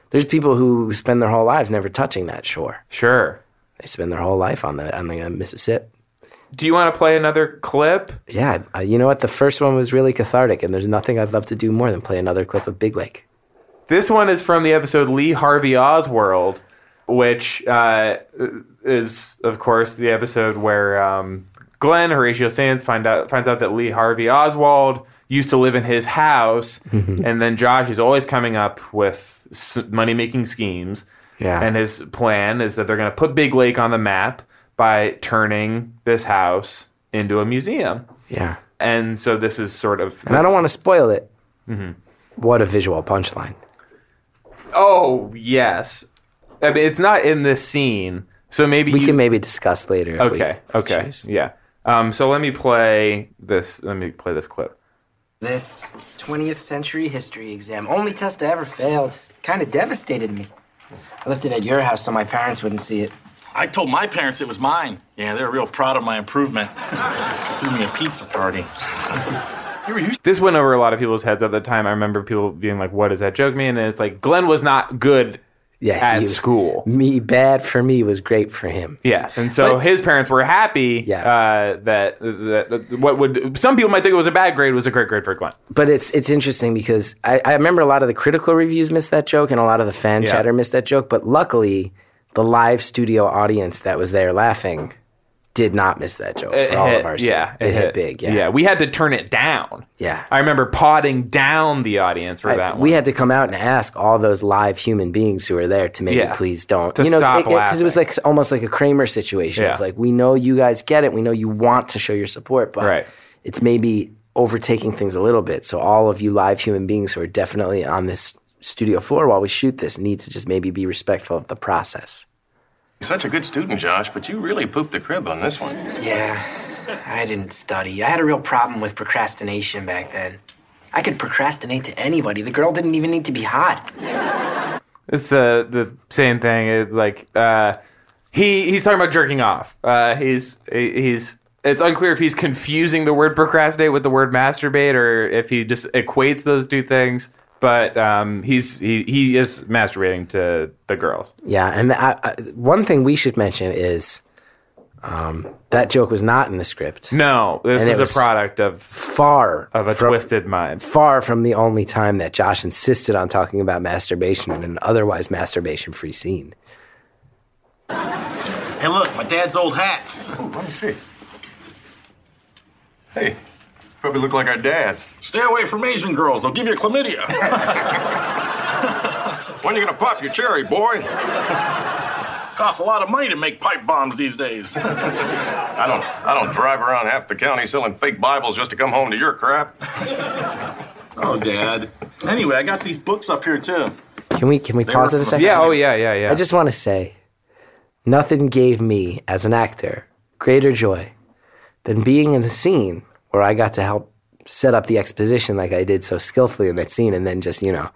S3: there's people who spend their whole lives never touching that shore.
S2: sure.
S3: They spend their whole life on the, on the uh, Mississippi.
S2: Do you want to play another clip?
S3: Yeah, uh, you know what? The first one was really cathartic, and there's nothing I'd love to do more than play another clip of Big Lake.
S2: This one is from the episode Lee Harvey Oswald, which uh, is, of course, the episode where um, Glenn Horatio Sands find out finds out that Lee Harvey Oswald used to live in his house, and then Josh is always coming up with money making schemes.
S3: Yeah.
S2: and his plan is that they're going to put Big Lake on the map by turning this house into a museum.
S3: Yeah.
S2: And so this is sort of.
S3: And I don't want to spoil it.
S2: Mm-hmm.
S3: What a visual punchline.
S2: Oh yes, I mean it's not in this scene, so maybe
S3: We
S2: you,
S3: can maybe discuss later. if we
S2: Okay. Okay.
S3: choose.
S2: Yeah. Um, so let me play this. Let me play this clip.
S6: This.
S3: 20th century history exam. Only test I ever failed. Kind of devastated me. I left it at your house so my parents wouldn't see it.
S7: I told my parents it was mine. Yeah, they were real proud of my improvement. Threw me a pizza party.
S2: This went over a lot of people's heads at the time. I remember people being like, "What does that joke mean?" And it's like Glenn was not good
S3: Yeah,
S2: at
S3: he was-
S2: school.
S3: Me bad for me was great for him.
S2: Yes, and so his parents were happy
S3: Yeah.
S2: uh, that that what would some people might think it was a bad grade was a great grade for Glenn.
S3: But it's it's interesting because I, I remember a lot of the critical reviews missed that joke and a lot of the fan
S2: Yeah.
S3: chatter missed that joke. But luckily, the live studio audience that was there laughing did not miss that joke
S2: It
S3: for all
S2: hit-
S3: of our
S2: yeah,
S3: it, hit, big. Yeah,
S2: yeah. We had to turn it down.
S3: Yeah.
S2: I remember potting down the audience for
S3: I-
S2: that one.
S3: we had to come out and ask all those live human beings who were there to maybe
S2: Yeah.
S3: please don't.
S2: To
S3: you know,
S2: stop
S3: it, it was like almost like a Kramer situation.
S2: Yeah.
S3: It's like we know you guys get it. We know you want to show your support, but
S2: Right.
S3: it's maybe overtaking things a little bit. So all of you live human beings who are definitely on this studio floor while we shoot this need to just maybe be respectful of the process.
S7: You're such a good student, Josh, but you really pooped the crib on this one.
S6: Yeah, I didn't study. I had a real problem with procrastination back then. I could procrastinate to anybody. The girl didn't even need to be hot.
S2: It's uh, the same thing. It, like uh, he he's talking about jerking off. Uh, he's he- he's it's unclear if he's confusing the word procrastinate with the word masturbate or if he just equates those two things. But um, he's he, he is masturbating to the girls.
S3: Yeah, and I, I, one thing we should mention is um, That joke was not in the script.
S2: No, this
S3: And it
S2: is
S3: was-
S2: a product of
S3: Far
S2: of a
S3: from-
S2: twisted mind.
S3: Far from the only time that Josh insisted on talking about masturbation in an otherwise masturbation free scene.
S7: Hey, look, my dad's old hats.
S4: Let me see. Hey, probably look like our dads.
S7: Stay away from Asian girls, they'll give you chlamydia.
S4: When are you gonna pop your cherry, boy?
S7: Costs a lot of money to make pipe bombs these days.
S4: I don't. I don't drive around half the county selling fake Bibles just to come home to your crap.
S7: oh, Dad. Anyway, I got these books up here, too.
S3: Can we can we
S7: They
S3: pause
S7: were
S3: it a
S7: from-
S3: second?
S2: Yeah. Oh yeah. Yeah. Yeah.
S3: I just want to say, nothing gave me, as an actor, greater joy than being in a scene where I got to help set up the exposition like I did so skillfully in that scene and then just, you know,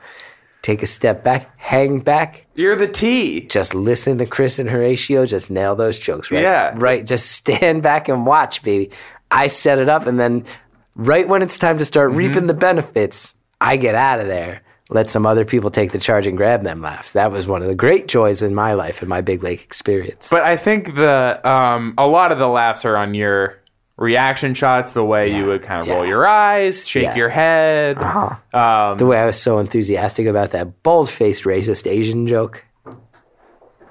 S3: take a step back, hang back,
S2: You're the T.
S3: just listen to Chris and Horatio, just nail those jokes, right?
S2: Yeah.
S3: Right. Just stand back and watch, baby. I set it up and then right when it's time to start reaping the benefits, I get out of there. Let some other people take the charge and grab them laughs. That was one of the great joys in my life and my Big Lake experience.
S2: But I think the um, a lot of the laughs are on your reaction shots, the way you would kind of roll your eyes, shake
S3: Yeah.
S2: your head.
S3: the way I was so enthusiastic about that bold faced racist Asian joke.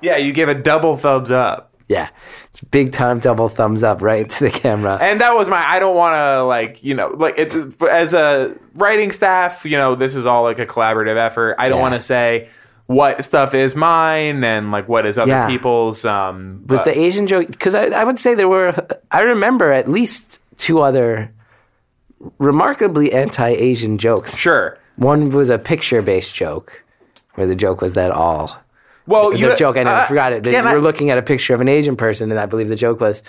S2: Yeah, you give a double thumbs up.
S3: Yeah. It's big time double thumbs up right to the camera.
S2: And that was my. I don't want to like you know like it, as a writing staff, you know, this is all like a collaborative effort. I don't
S3: Yeah.
S2: want to say what stuff is mine and like what is other
S3: Yeah.
S2: people's. Um,
S3: was
S2: but-
S3: the Asian joke because I, I would say there were I remember at least two other remarkably anti-Asian jokes.
S2: sure.
S3: One was a picture-based joke where the joke was that all
S2: Well,
S3: the
S2: you
S3: joke I never
S2: uh,
S3: forgot it. They
S2: can I-
S3: were looking at a picture of an Asian person, and I believe the joke was,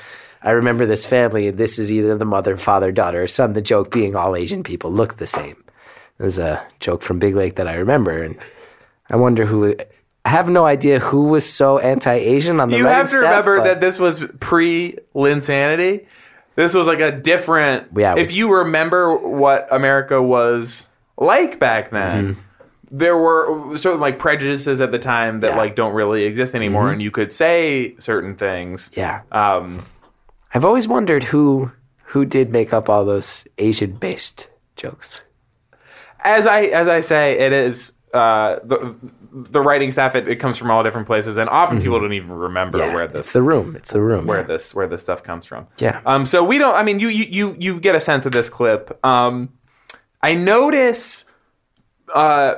S3: "I remember this family. This is either the mother, father, daughter, or son." The joke being all Asian people look the same. It was a joke from Big Lake that I remember, and I wonder who. I have no idea who was so anti-Asian on the.
S2: you
S3: writing
S2: have to
S3: staff,
S2: remember
S3: but-
S2: that this was pre Linsanity. This was like a different.
S3: Yeah, it
S2: if
S3: was-
S2: you remember what America was like back then,
S3: Mm-hmm.
S2: there were certain like prejudices at the time that like don't really exist anymore, and you could say certain things.
S3: Mm-hmm. Yeah.
S2: Um,
S3: I've always wondered who who did make up all those Asian based jokes.
S2: as I as I say, it is uh, the the writing staff. It, it comes from all different places, and often people don't even remember where
S3: Mm-hmm. It's
S2: this
S3: the room. It's the room.
S2: where this where this stuff comes from.
S3: Yeah.
S2: Um. So we don't. I mean, you you you you get a sense of this clip. Um, I notice, uh,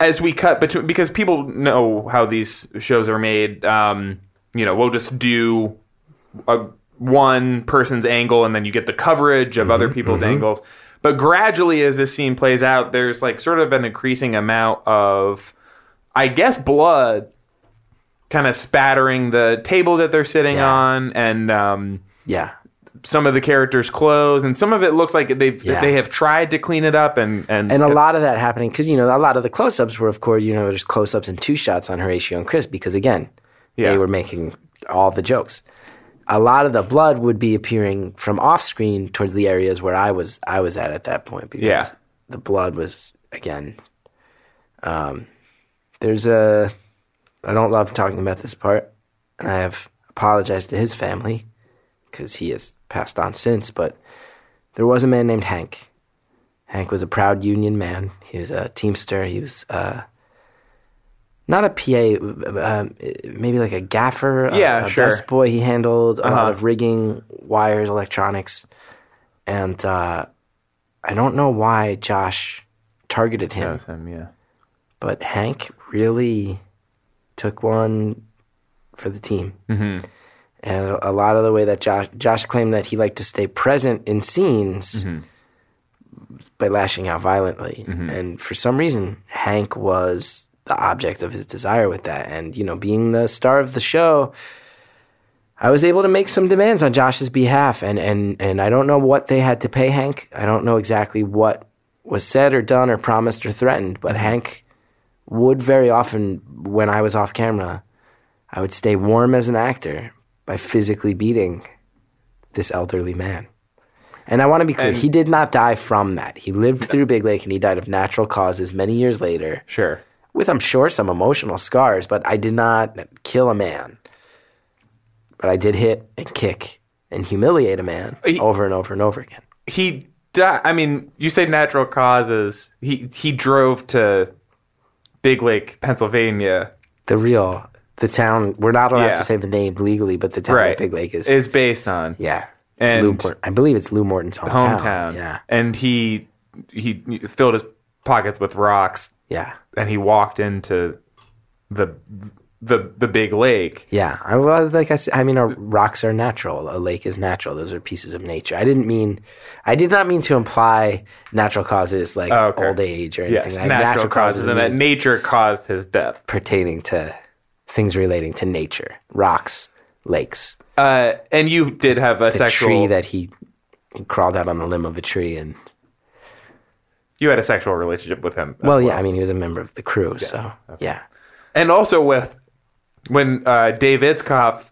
S2: as we cut between because people know how these shows are made. Um, you know, we'll just do a one person's angle, and then you get the coverage of
S3: Mm-hmm,
S2: other people's angles. But gradually, as this scene plays out, there's like sort of an increasing amount of, I guess, blood kind of spattering the table that they're sitting
S3: Yeah.
S2: on and um,
S3: yeah.
S2: some of the characters' clothes and some of it looks like they've
S3: Yeah.
S2: they have tried to clean it up and and,
S3: And a lot of that happening because you know a lot of the close ups were of course you know there's close ups and two shots on Horatio and Chris because again
S2: Yeah.
S3: they were making all the jokes. A lot of the blood would be appearing from off screen towards the areas where I was I was at at that point because
S2: Yeah.
S3: the blood was again. Um, there's a I don't love talking about this part, and I have apologized to his family because he has passed on since. But there was a man named Hank. Hank was a proud union man. He was a teamster. He was uh, not a PA, um, maybe like a gaffer, a,
S2: Yeah,
S3: a
S2: sure. Uh-huh.
S3: busboy. He handled a lot of rigging, wires, electronics, and uh, I don't know why Josh targeted him,
S2: Knows him, yeah.
S3: but Hank really took one for the team. Mm-hmm. And a, a lot of the way that Josh Josh claimed that he liked to stay present in scenes by lashing out violently. And for some reason, Hank was the object of his desire with that. And, you know, being the star of the show, I was able to make some demands on Josh's behalf. And, and, and I don't know what they had to pay Hank. I don't know exactly what was said or done or promised or threatened, but Hank would very often, when I was off camera, I would stay warm as an actor by physically beating this elderly man. And I want to be clear,
S2: And-
S3: he did not die from that. He lived through Big Lake and he died of natural causes many years later
S2: Sure.
S3: with, I'm sure, some emotional scars, but I did not kill a man. but I did hit and kick and humiliate a man
S2: He-
S3: over and over and over again.
S2: he di- I mean, you say natural causes. He he drove to Big Lake, Pennsylvania.
S3: The real, the town, we're not allowed
S2: Yeah.
S3: to say the name legally, but the town
S2: Right.
S3: that Big Lake is.
S2: Is based on
S3: yeah.
S2: and-
S3: Lou Mort- I believe it's Lou Morton's hometown.
S2: hometown.
S3: Yeah.
S2: And he he filled his pockets with rocks
S3: Yeah.
S2: and he walked into the the the big lake.
S3: Yeah, I, well, like I said, I mean, our rocks are natural. A lake is natural. Those are pieces of nature. I didn't mean, I did not mean to imply natural causes like
S2: Oh, okay.
S3: old age or anything.
S2: Yes,
S3: like
S2: natural, causes and that
S3: mean
S2: nature caused his death.
S3: pertaining to things relating to nature, rocks, lakes,
S2: Uh, and you did have a
S3: the
S2: sexual
S3: tree that he, he crawled out on the limb of a tree and.
S2: you had a sexual relationship with him.
S3: Well, yeah, I mean, he was a member of the crew, so yeah,
S2: and also with when uh, Dave Itzkoff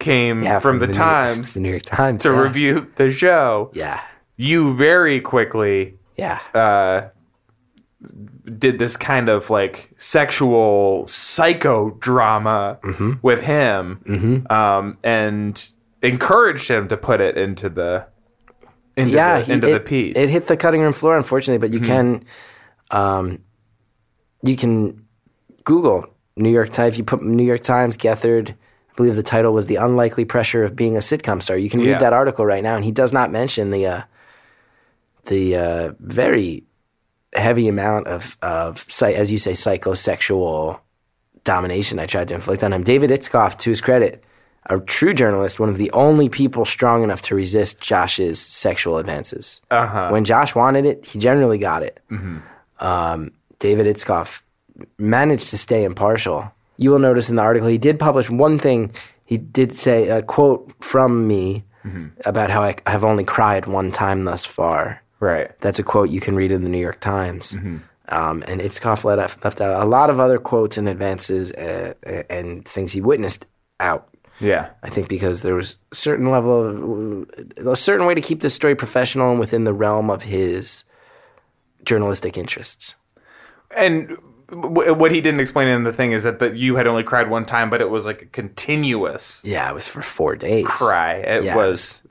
S2: came
S3: yeah.
S2: from, the,
S3: New-
S2: Times
S3: the New York Times
S2: to
S3: yeah.
S2: review the show,
S3: Yeah,
S2: you very quickly
S3: yeah,
S2: did this kind of like sexual psychodrama
S3: Mm-hmm.
S2: with him, um, and encouraged him to put it into the into
S3: yeah,
S2: the,
S3: he-
S2: into
S3: it,
S2: the piece. Mm-hmm.
S3: It hit the cutting room floor, unfortunately, but you can, um, you can Google New York Times. If you put New York Times Gethard, I believe the title was "The Unlikely Pressure of Being a Sitcom Star." You can
S2: Yeah.
S3: read that article right now, and he does not mention the uh, the uh, very heavy amount of of psy- as you say psychosexual domination I tried to inflict on him. David Itzkoff, to his credit, a true journalist, one of the only people strong enough to resist Josh's sexual advances. When Josh wanted it, he generally got it. Um, David Itzkoff managed to stay impartial. You will notice in the article he did publish one thing. He did say a quote from me about how I have only cried one time thus far.
S2: right.
S3: That's a quote you can read in the New York Times.
S2: Mm-hmm.
S3: Um, and Itzkoff let out, left out a lot of other quotes and advances uh, and things he witnessed out.
S2: Yeah.
S3: I think because there was a certain level of a certain way to keep this story professional and within the realm of his journalistic interests.
S2: And w- what he didn't explain in the thing is that the, you had only cried one time, but it was like a continuous
S3: Yeah, it was for four days.
S2: cry. It
S3: Yeah.
S2: was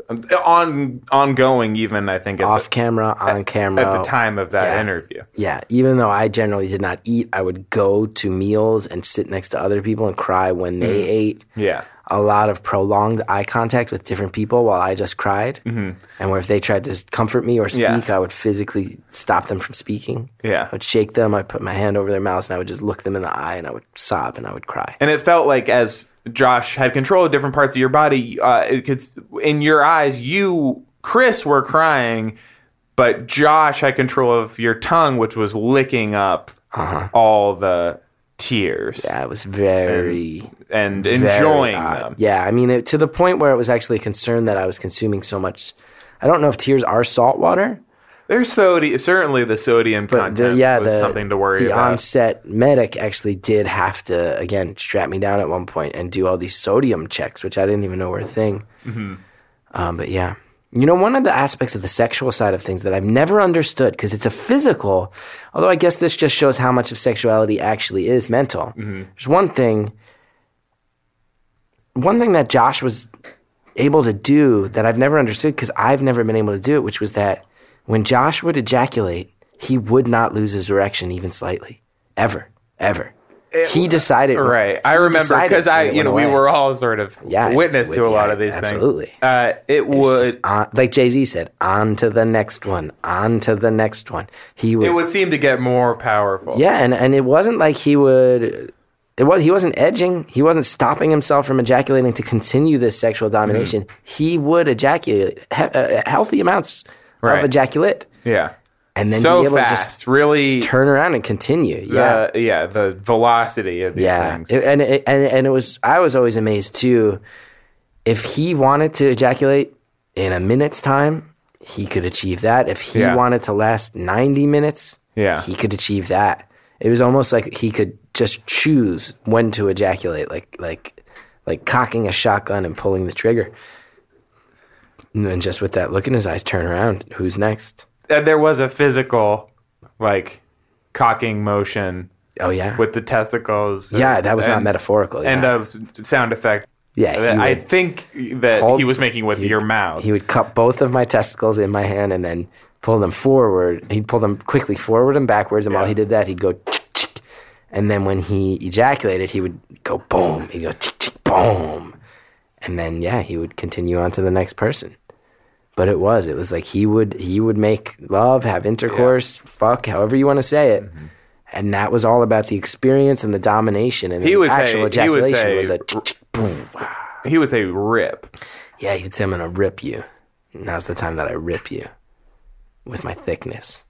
S2: on ongoing, even I think at,
S3: off camera, on
S2: the,
S3: camera
S2: at the time of that
S3: Yeah.
S2: interview.
S3: Yeah, even though I generally did not eat, I would go to meals and sit next to other people and cry when they ate.
S2: Mm. Yeah.
S3: a lot of prolonged eye contact with different people while I just cried. Mm-hmm. And where if they tried to comfort me or speak,
S2: Yes.
S3: I would physically stop them from speaking.
S2: Yeah.
S3: I would shake them, I'd put my hand over their mouths, and I would just look them in the eye and I would sob and I would cry.
S2: and it felt like as Josh had control of different parts of your body, uh, it could, in your eyes, you, Chris, were crying, but Josh had control of your tongue, which was licking up all the tears
S3: Uh-huh. Yeah, it was very,
S2: and
S3: very
S2: enjoying
S3: odd.
S2: them.
S3: Yeah, I mean, it, to the point where it was actually a concern that I was consuming so much. I don't know if tears are salt water,
S2: There's sodi- certainly the sodium
S3: but
S2: content
S3: the, yeah,
S2: was
S3: the,
S2: something to worry
S3: the
S2: about.
S3: onset medic actually did have to again strap me down at one point and do all these sodium checks, which I didn't even know were a thing.
S2: Mm-hmm.
S3: Um, but yeah, you know, one of the aspects of the sexual side of things that I've never understood because it's a physical. Although I guess this just shows how much of sexuality actually is mental.
S2: Mm-hmm.
S3: There's one thing, one thing that Josh was able to do that I've never understood because I've never been able to do it, which was that when Josh would ejaculate, he would not lose his erection even slightly, ever, ever. he decided.
S2: Eh, Right. I
S3: he
S2: remember
S3: decided
S2: because
S3: when
S2: I,
S3: it
S2: you
S3: went
S2: know, we
S3: away.
S2: were all sort of
S3: Yeah, it
S2: witness to
S3: would-
S2: a lot
S3: yeah,
S2: of these
S3: absolutely.
S2: things. Uh, it
S3: It's
S2: would.
S3: just on, like Jay Z said, on to the next one, on to the next one. He would,
S2: It would seem to get more powerful.
S3: yeah, and and it wasn't like he would. It was he wasn't edging. He wasn't stopping himself from ejaculating to continue this sexual domination.
S2: Mm-hmm.
S3: He would ejaculate he, uh, healthy amounts
S2: Right.
S3: of ejaculate,
S2: Yeah.
S3: and then be
S2: so
S3: able
S2: fast,
S3: to just
S2: really.
S3: turn around and continue. Yeah,
S2: the, yeah, the velocity of these
S3: yeah,
S2: things.
S3: It- and it, and and it was. I was always amazed too. If he wanted to ejaculate in a minute's time, he could achieve that. If he
S2: Yeah.
S3: wanted to last ninety minutes,
S2: Yeah.
S3: he could achieve that. It was almost like he could just choose when to ejaculate, like like like cocking a shotgun and pulling the trigger. And then just with that look in his eyes, turn around. Who's next?
S2: And there was a physical, like, cocking motion
S3: Oh yeah,
S2: with the testicles.
S3: yeah. That was not
S2: and-
S3: metaphorical.
S2: And
S3: yeah.
S2: a sound effect.
S3: Yeah, he
S2: I
S3: would-
S2: think that
S3: Hold-
S2: he was making with your mouth.
S3: He would cup both of my testicles in my hand and then pull them forward. He'd pull them quickly forward and backwards. And while he did that, he'd go, chick, and then when he ejaculated, he would go boom. He'd go chick, chick, boom, and then yeah, he would continue on to the next person. But it was, it was like he would he would make love, have intercourse, fuck, however you want to say it.
S2: Mm-hmm.
S3: And that was all about the experience and the domination and
S2: He
S3: the
S2: would
S3: actual
S2: say- he would
S3: ejaculation
S2: say-
S3: was a chick, chick, boom.
S2: He would say rip.
S3: Yeah, you'd say I'm gonna rip you. Now's the time that I rip you with my thickness.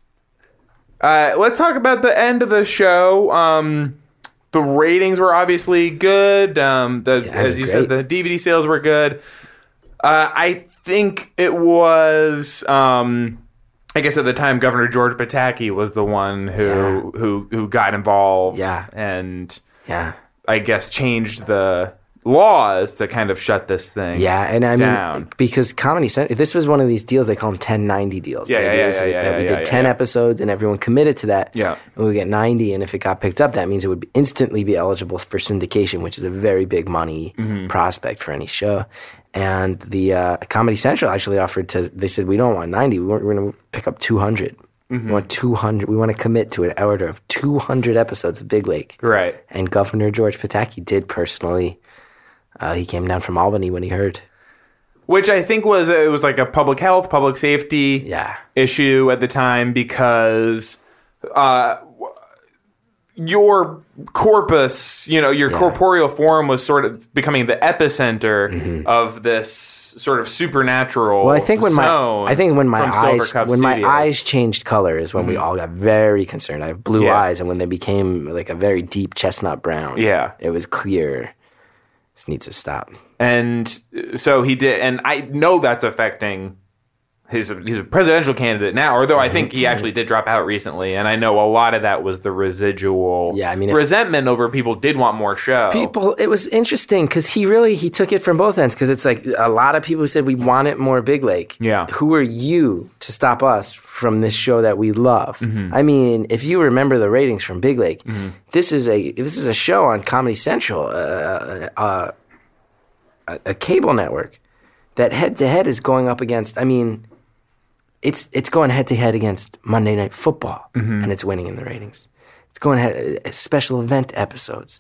S2: Uh, let's talk about the end of the show. Um, the ratings were obviously good. Um, the,
S3: Yeah,
S2: as you said, the
S3: great.
S2: DVD sales were good. Uh, I think it was. Um, I guess at the time, Governor George Pataki was the one who who who got involved.
S3: Yeah.
S2: and
S3: Yeah.
S2: I guess changed the laws to kind of shut this thing.
S3: Yeah, and I mean
S2: down.
S3: because Comedy Central this was one of these deals they call them 1090 deals.
S2: Yeah,
S3: the
S2: yeah,
S3: idea
S2: yeah,
S3: is
S2: yeah,
S3: that,
S2: yeah,
S3: that we
S2: yeah,
S3: did
S2: yeah,
S3: 10
S2: yeah.
S3: episodes and everyone committed to that.
S2: Yeah.
S3: And we get 90 and if it got picked up that means it would instantly be eligible for syndication, which is a very big money
S2: Mm-hmm.
S3: prospect for any show. And the uh, Comedy Central actually offered to they said we don't want 90, we want- we're going to pick up 200.
S2: Mm-hmm.
S3: We want 200. We want to commit to an order of 200 episodes of Big Lake.
S2: Right.
S3: And Governor George Pataki did personally. Uh, he came down from Albany when he heard.
S2: Which I think was it was like a public health, public safety
S3: Yeah.
S2: issue at the time because uh, w- your corpus, you know, your corporeal form was sort of becoming the epicenter of this sort of supernatural.
S3: Mm-hmm. Well, I think when my
S2: zone
S3: I think when my
S2: from Silver
S3: eyes
S2: Cup
S3: when my
S2: Studios. Mm-hmm.
S3: eyes changed color is when we all got very concerned. I have blue
S2: Yeah.
S3: eyes, and when they became like a very deep chestnut brown,
S2: Yeah.
S3: it was clear. This needs to stop.
S2: and uh, so he did and i know that's affecting his he's a presidential candidate now although
S3: Mm-hmm.
S2: i think he actually did drop out recently and i know a lot of that was the residual
S3: Yeah, I mean, if-
S2: resentment over people did want more show
S3: people it was interesting because he really he took it from both ends because it's like a lot of people said we want it more big lake
S2: Yeah.
S3: who are you to stop us from this show that we love i mean if you remember the ratings from big lake this is a this is a show on comedy central uh, uh, uh, a, a cable network that head to head is going up against i mean it's it's going head to head against Monday Night Football,
S2: Mm-hmm.
S3: and it's winning in the ratings. It's going head uh, special event episodes,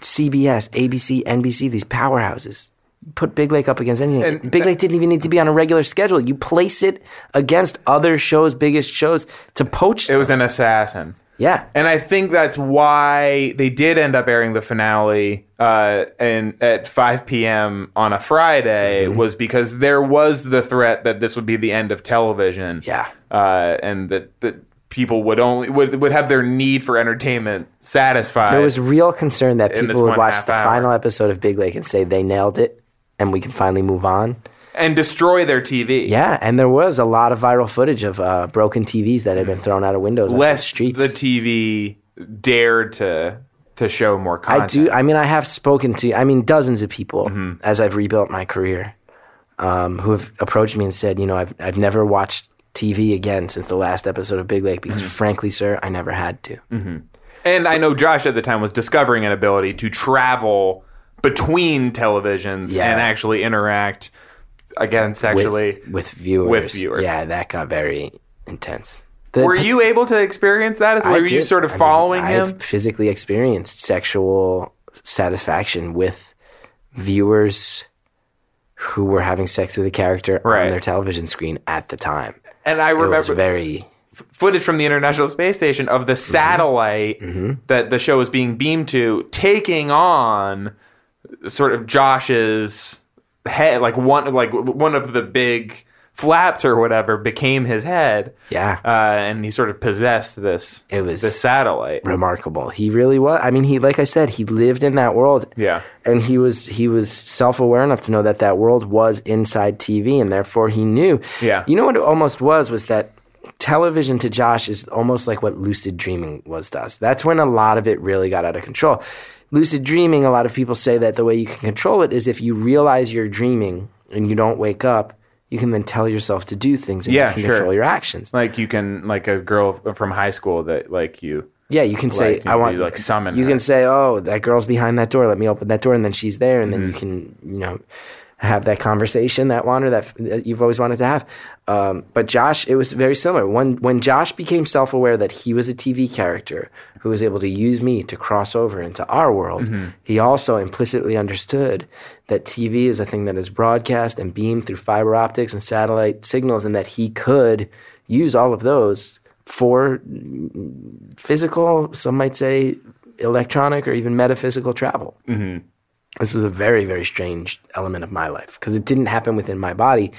S3: CBS, ABC, NBC, these powerhouses. Put Big Lake up against anything.
S2: And-
S3: Big Lake didn't even need to be on a regular schedule. You place it against other shows, biggest shows, to poach.
S2: it
S3: them.
S2: was an assassin
S3: yeah,
S2: and i think that's why they did end up airing the finale uh, and at 5 p.m on a friday
S3: Mm-hmm.
S2: was because there was the threat that this would be the end of television
S3: yeah.
S2: uh, and that, that people would only would, would have their need for entertainment satisfied.
S3: There was real concern that
S2: in this
S3: people would
S2: one
S3: watch
S2: half
S3: the
S2: hour.
S3: final episode of Big Lake and say they nailed it, and we can finally move on.
S2: and destroy their TV.
S3: Yeah, and there was a lot of viral footage of uh, broken TVs that had been thrown out of windows on the
S2: lest
S3: streets.
S2: the TV dared to to show more content.
S3: I do. I mean, I have spoken to. I mean, dozens of people as I've rebuilt my career, um, who have approached me and said, you know, I've I've never watched TV again since the last episode of Big Lake because, frankly, sir, I never had to.
S2: and I know Josh at the time was discovering an ability to travel between televisions
S3: Yeah.
S2: and actually interact again
S3: With,
S2: sexually.
S3: with viewers,
S2: with viewers.
S3: yeah, that got very intense. The-
S2: were you able to experience that? As
S3: I
S2: were you
S3: did-
S2: sort of
S3: I mean,
S2: following
S3: I've
S2: him?
S3: physically experienced sexual satisfaction with viewers who were having sex with a character
S2: Right.
S3: on their television screen at the time.
S2: And I
S3: It was
S2: remember
S3: very
S2: footage from the International Space Station of the
S3: Mm-hmm.
S2: satellite that the show was being beamed to taking on sort of Josh's head, like one like one of the big flaps or whatever became his head.
S3: Yeah.
S2: uh, and he sort of possessed this.
S3: It was-
S2: this satellite.
S3: remarkable. He really was. I mean, he like I said, he lived in that world.
S2: Yeah.
S3: And he was he was self-aware enough to know that that world was inside TV and therefore he knew.
S2: Yeah.
S3: You know what it almost was was that television to Josh is almost like what lucid dreaming was to us. That's when a lot of it really got out of control. Lucid dreaming, a lot of people say that the way you can control it is if you realize you're dreaming and you don't wake up, you can then tell yourself to do things and
S2: Yeah,
S3: you can
S2: sure.
S3: control your actions.
S2: Like you can like a girl from high school that like you
S3: Yeah, you can say
S2: Like, you
S3: I want
S2: could, like, summon
S3: You
S2: her.
S3: can say, "Oh, that girl's behind that door. Let me open that door," and then she's there, and
S2: Mm-hmm.
S3: then you can you know have that conversation that wander that, that you've always wanted to have. Um, but Josh, it was very similar. When when Josh became self aware that he was a TV character who was able to use me to cross over into our world,
S2: Mm-hmm.
S3: he also implicitly understood that TV is a thing that is broadcast and beamed through fiber optics and satellite signals, and that he could use all of those for physical, some might say electronic or even metaphysical travel. Mm-hmm. This was a very, very strange element of my life because it didn't happen within my body,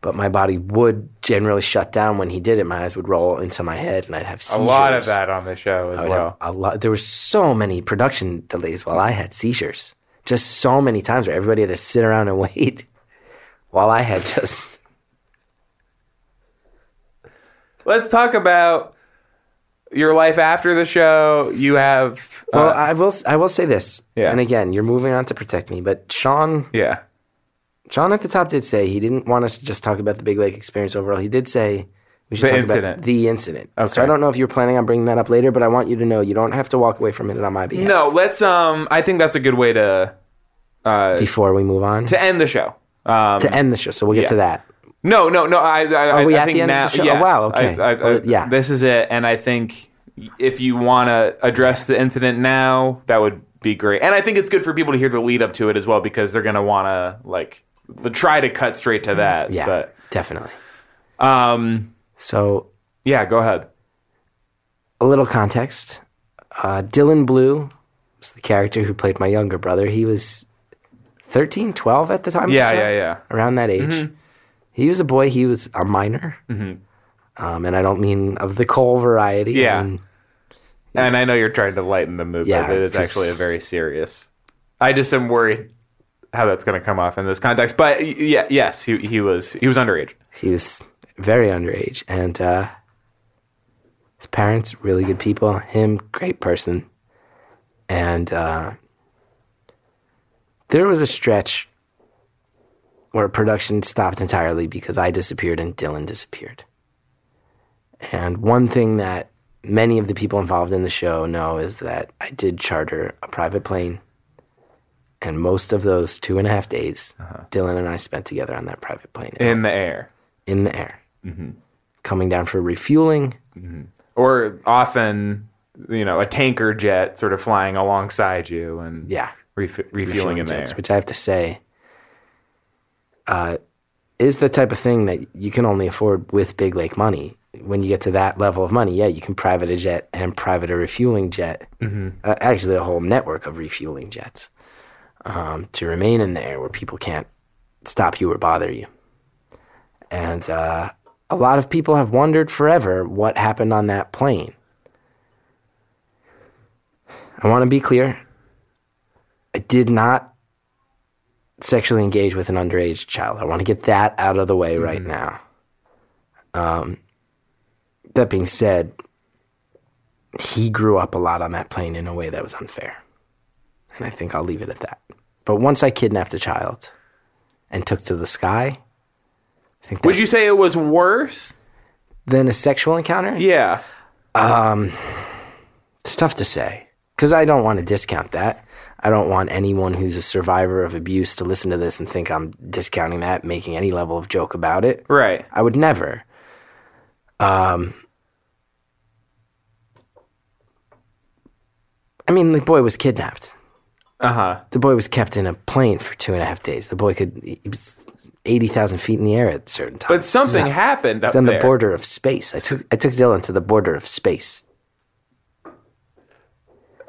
S3: but my body would generally shut down when he did it. My eyes would roll into my head and I'd have
S2: A
S3: seizures.
S2: lot of that on the show as
S3: I would have
S2: well.
S3: a lot. There were so many production delays while I had seizures. Just so many times where everybody had to sit around and wait while I had just.
S2: Let's talk about your life after the show. You have uh,
S3: Well, I will. I will say this.
S2: Yeah.
S3: And again, you're moving on to protect me, but Sean
S2: yeah.
S3: John at the top did say he didn't want us to just talk about the Big Lake experience overall. He did say we should
S2: The
S3: talk
S2: incident.
S3: about the incident. So
S2: Okay.
S3: I don't know if you're planning on bringing that up later, but I want you to know you don't have to walk away from it on my behalf
S2: No, let's um I think that's a good way to
S3: before we move on to,
S2: to end the show. Um
S3: end the show. So we'll get
S2: yeah.
S3: to that.
S2: No, no, no. I, I, I,
S3: Are we
S2: I
S3: at
S2: think
S3: the end
S2: now,
S3: of the show? Oh,
S2: yes.
S3: wow, okay.
S2: I, I, I,
S3: Well, yeah.
S2: This is it. And I think if you want to address the incident now, that would be great. And I think it's good for people to hear the lead up to it as well because they're going to want to, like, try to cut straight to that.
S3: Mm, Yeah,
S2: But,
S3: definitely.
S2: um,
S3: So
S2: yeah, go ahead.
S3: a little context. Uh, Dylan Blue was the character who played my younger brother. He was 13, 12 at the time. of the
S2: Yeah,
S3: show?
S2: yeah, yeah.
S3: Around that age. He was a boy. He was a minor. Um, and I don't mean of the Cole variety. I
S2: Yeah.
S3: mean-
S2: And I know you're trying to lighten the mood,
S3: Yeah,
S2: but it is
S3: just-
S2: actually a very serious. I just am worried how that's going to come off in this context. But y- yeah, yes, he, he was he was underage.
S3: he was very underage and uh, his parents really good people him great person and uh, there was a stretch where production stopped entirely because i disappeared and dylan disappeared and one thing that many of the people involved in the show know is that i did charter a private plane and most of those two and a half days dylan and i spent together on that private plane
S2: In the air.
S3: in the air, coming down for refueling.
S2: or often you know a tanker jet sort of flying alongside you and
S3: Yeah,
S2: ref- refueling in there
S3: jets, which I have to say, uh, is the type of thing that you can only afford with Big Lake money. When you get to that level of money, yeah, you can private a jet and private a refueling jet. Uh, actually, a whole network of refueling jets um, to remain in the air where people can't stop you or bother you. And uh, a lot of people have wondered forever what happened on that plane. I want to be clear. I did not sexually engage with an underage child. I want to get that out of the way right now. Um, that being said, he grew up a lot on that plane in a way that was unfair. And I think I'll leave it at that. But once I kidnapped a child and took to the sky, I think
S2: would you
S3: that's-
S2: say it was worse
S3: than a sexual encounter?
S2: yeah
S3: It's tough to say because I don't want to discount that. I don't want anyone who's a survivor of abuse to listen to this and think I'm discounting that, making any level of joke about it.
S2: right
S3: I would never. Um, I mean, the boy was kidnapped.
S2: uh-huh
S3: The boy was kept in a plane for two and a half days. The boy could, he was 80,000 feet in the air at certain times.
S2: but something happened up
S3: It's on
S2: there
S3: the border of space. I took, I took Dylan to the border of space.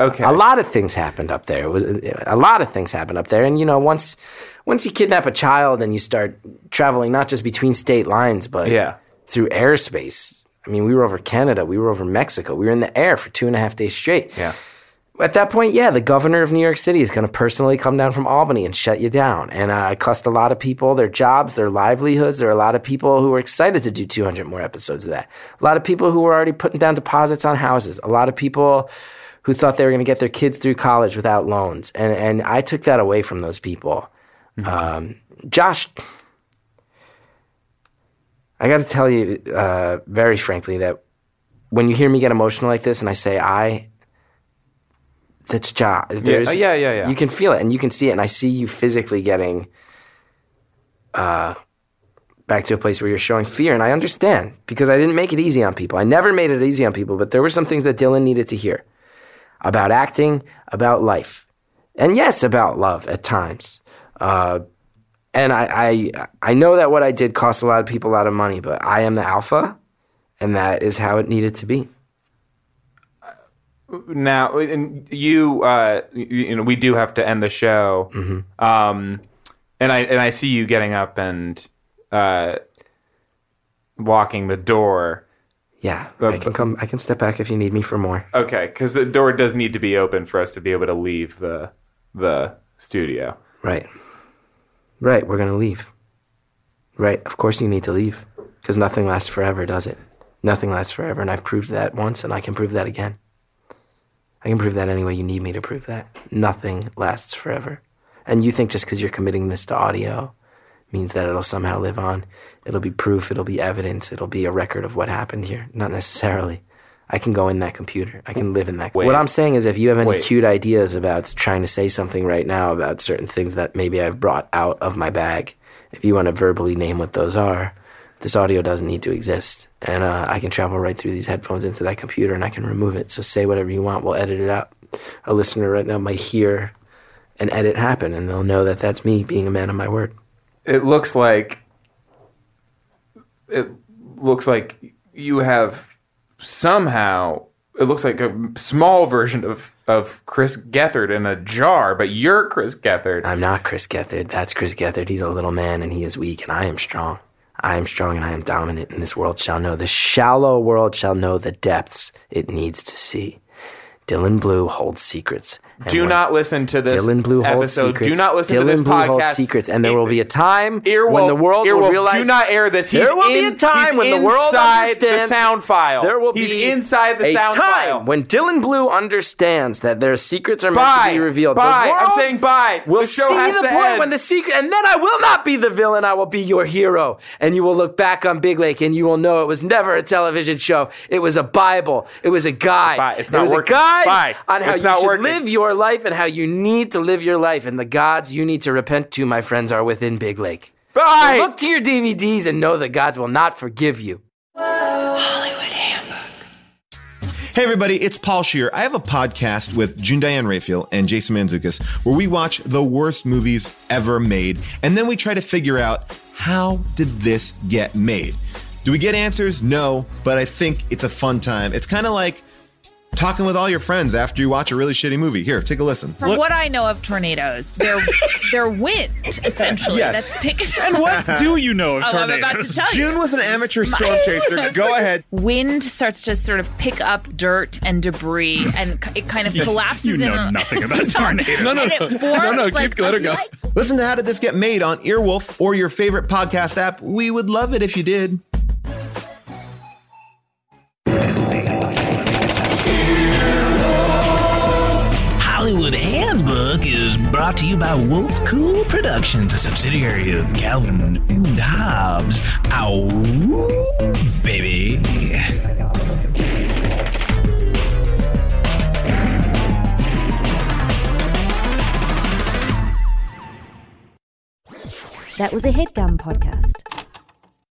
S2: okay
S3: a lot of things happened up there. It was a lot of things happened up there, and you know, once once you kidnap a child and you start traveling not just between state lines, but
S2: Yeah.
S3: through airspace. I mean, we were over Canada, we were over Mexico, we were in the air for two and a half days straight.
S2: yeah
S3: At that point, yeah, the governor of New York City is going to personally come down from Albany and shut you down. And uh, it cost a lot of people their jobs, their livelihoods. There are a lot of people who are excited to do 200 more episodes of that. A lot of people who were already putting down deposits on houses. A lot of people who thought they were going to get their kids through college without loans. And, and I took that away from those people. Um, Josh, I got to tell you uh, very frankly that when you hear me get emotional like this and I say I, that's Ja. There's,
S2: yeah, yeah, yeah.
S3: You can feel it and you can see it, and I see you physically getting uh, back to a place where you're showing fear, and I understand because I didn't make it easy on people. I never made it easy on people, but there were some things that Dylan needed to hear about acting, about life, and yes, about love at times. Uh, and I, I, I know that what I did cost a lot of people a lot of money, but I am the alpha, and that is how it needed to be.
S2: now and you uh you, you know we do have to end the show
S3: Mm-hmm.
S2: um and i and i see you getting up and uh walking the door
S3: Yeah,
S2: But-
S3: I can come. I can step back if you need me for more.
S2: okay because the door does need to be open for us to be able to leave the the studio
S3: Right. Right, we're going to leave. Right, of course you need to leave. Because nothing lasts forever, does it? Nothing lasts forever, and I've proved that once, and I can prove that again. I can prove that any way you need me to prove that. Nothing lasts forever. And you think just because you're committing this to audio means that it'll somehow live on. It'll be proof, it'll be evidence, it'll be a record of what happened here. Not necessarily. I can go in that computer. I can live in that.
S2: Wait.
S3: What I'm saying is if you have any
S2: Wait.
S3: cute ideas about trying to say something right now about certain things that maybe I've brought out of my bag, if you want to verbally name what those are, this audio doesn't need to exist. And uh, I can travel right through these headphones into that computer and I can remove it. So say whatever you want. We'll edit it out. A listener right now might hear an edit happen and they'll know that that's me being a man of my word.
S2: it looks like it looks like you have somehow it looks like a small version of of Chris Gethard in a jar, but you're Chris Gethard.
S3: I'm not Chris Gethard. That's Chris Gethard. He's a little man and he is weak, and I am strong. I am strong and I am dominant, and this world shall know. The shallow world shall know the depths it needs to see. Dylan Blue holds secrets. And
S2: Do
S3: when-
S2: not listen to this
S3: Dylan Blue holds
S2: episode.
S3: secrets.
S2: Do not listen
S3: Dylan
S2: to this
S3: Blue
S2: podcast.
S3: holds secrets, and there will be a time
S2: Earwolf,
S3: when the world
S2: Earwolf,
S3: will realize.
S2: do not air this. He's
S3: there will
S2: in,
S3: be a time
S2: he's
S3: when the world
S2: inside the
S3: understands-
S2: sound file.
S3: There will
S2: He's
S3: be
S2: inside the
S3: a
S2: sound
S3: time
S2: file.
S3: when Dylan Blue understands that their secrets are meant
S2: Bye.
S3: to be revealed. The
S2: Bye. I'm
S3: world
S2: saying bye.
S3: We'll
S2: The show
S3: see
S2: has
S3: the
S2: to
S3: point
S2: end.
S3: when the secret, and then I will not be the villain. I will be your hero, and you will look back on Big Lake, and you will know it was never a television show. It was a Bible. It was a guide.
S2: Bye. It's
S3: it
S2: not
S3: was
S2: working.
S3: a guide
S2: Bye.
S3: on how
S2: It's
S3: you
S2: not
S3: should
S2: working.
S3: live your life and how you need to live your life. And the gods you need to repent to, my friends, are within Big Lake.
S2: Bye.
S3: Look to your DVDs and know the gods will not forgive you.
S8: Hey, everybody, it's Paul Shear. I have a podcast with June Diane Raphael and Jason Manzukis where we watch the worst movies ever made, and then we try to figure out how did this get made? Do we get answers? No, but I think it's a fun time. It's kind of like talking with all your friends after you watch a really shitty movie. Here, take a listen.
S9: From what I know of tornadoes, they're they're wind essentially. That's picture. And
S10: What do you know of
S9: Oh, I'm about
S10: tornadoes?
S9: to tell you.
S8: was an amateur
S9: storm chaser.
S8: Go ahead.
S9: Wind starts to sort of pick up dirt and debris, and c- it kind of collapses
S10: you
S9: in.
S10: know
S9: on-
S10: nothing about
S9: Sorry.
S10: tornadoes.
S9: No, no, no, no, no. Keep, let her go.
S8: Listen to How Did This Get Made on Earwolf or your favorite podcast app. We would love it if you did.
S10: Hollywood Handbook is brought to you by Wolf Cool Productions, a subsidiary of Calvin and Hobbes. Ow, baby.
S11: That was a headgum podcast.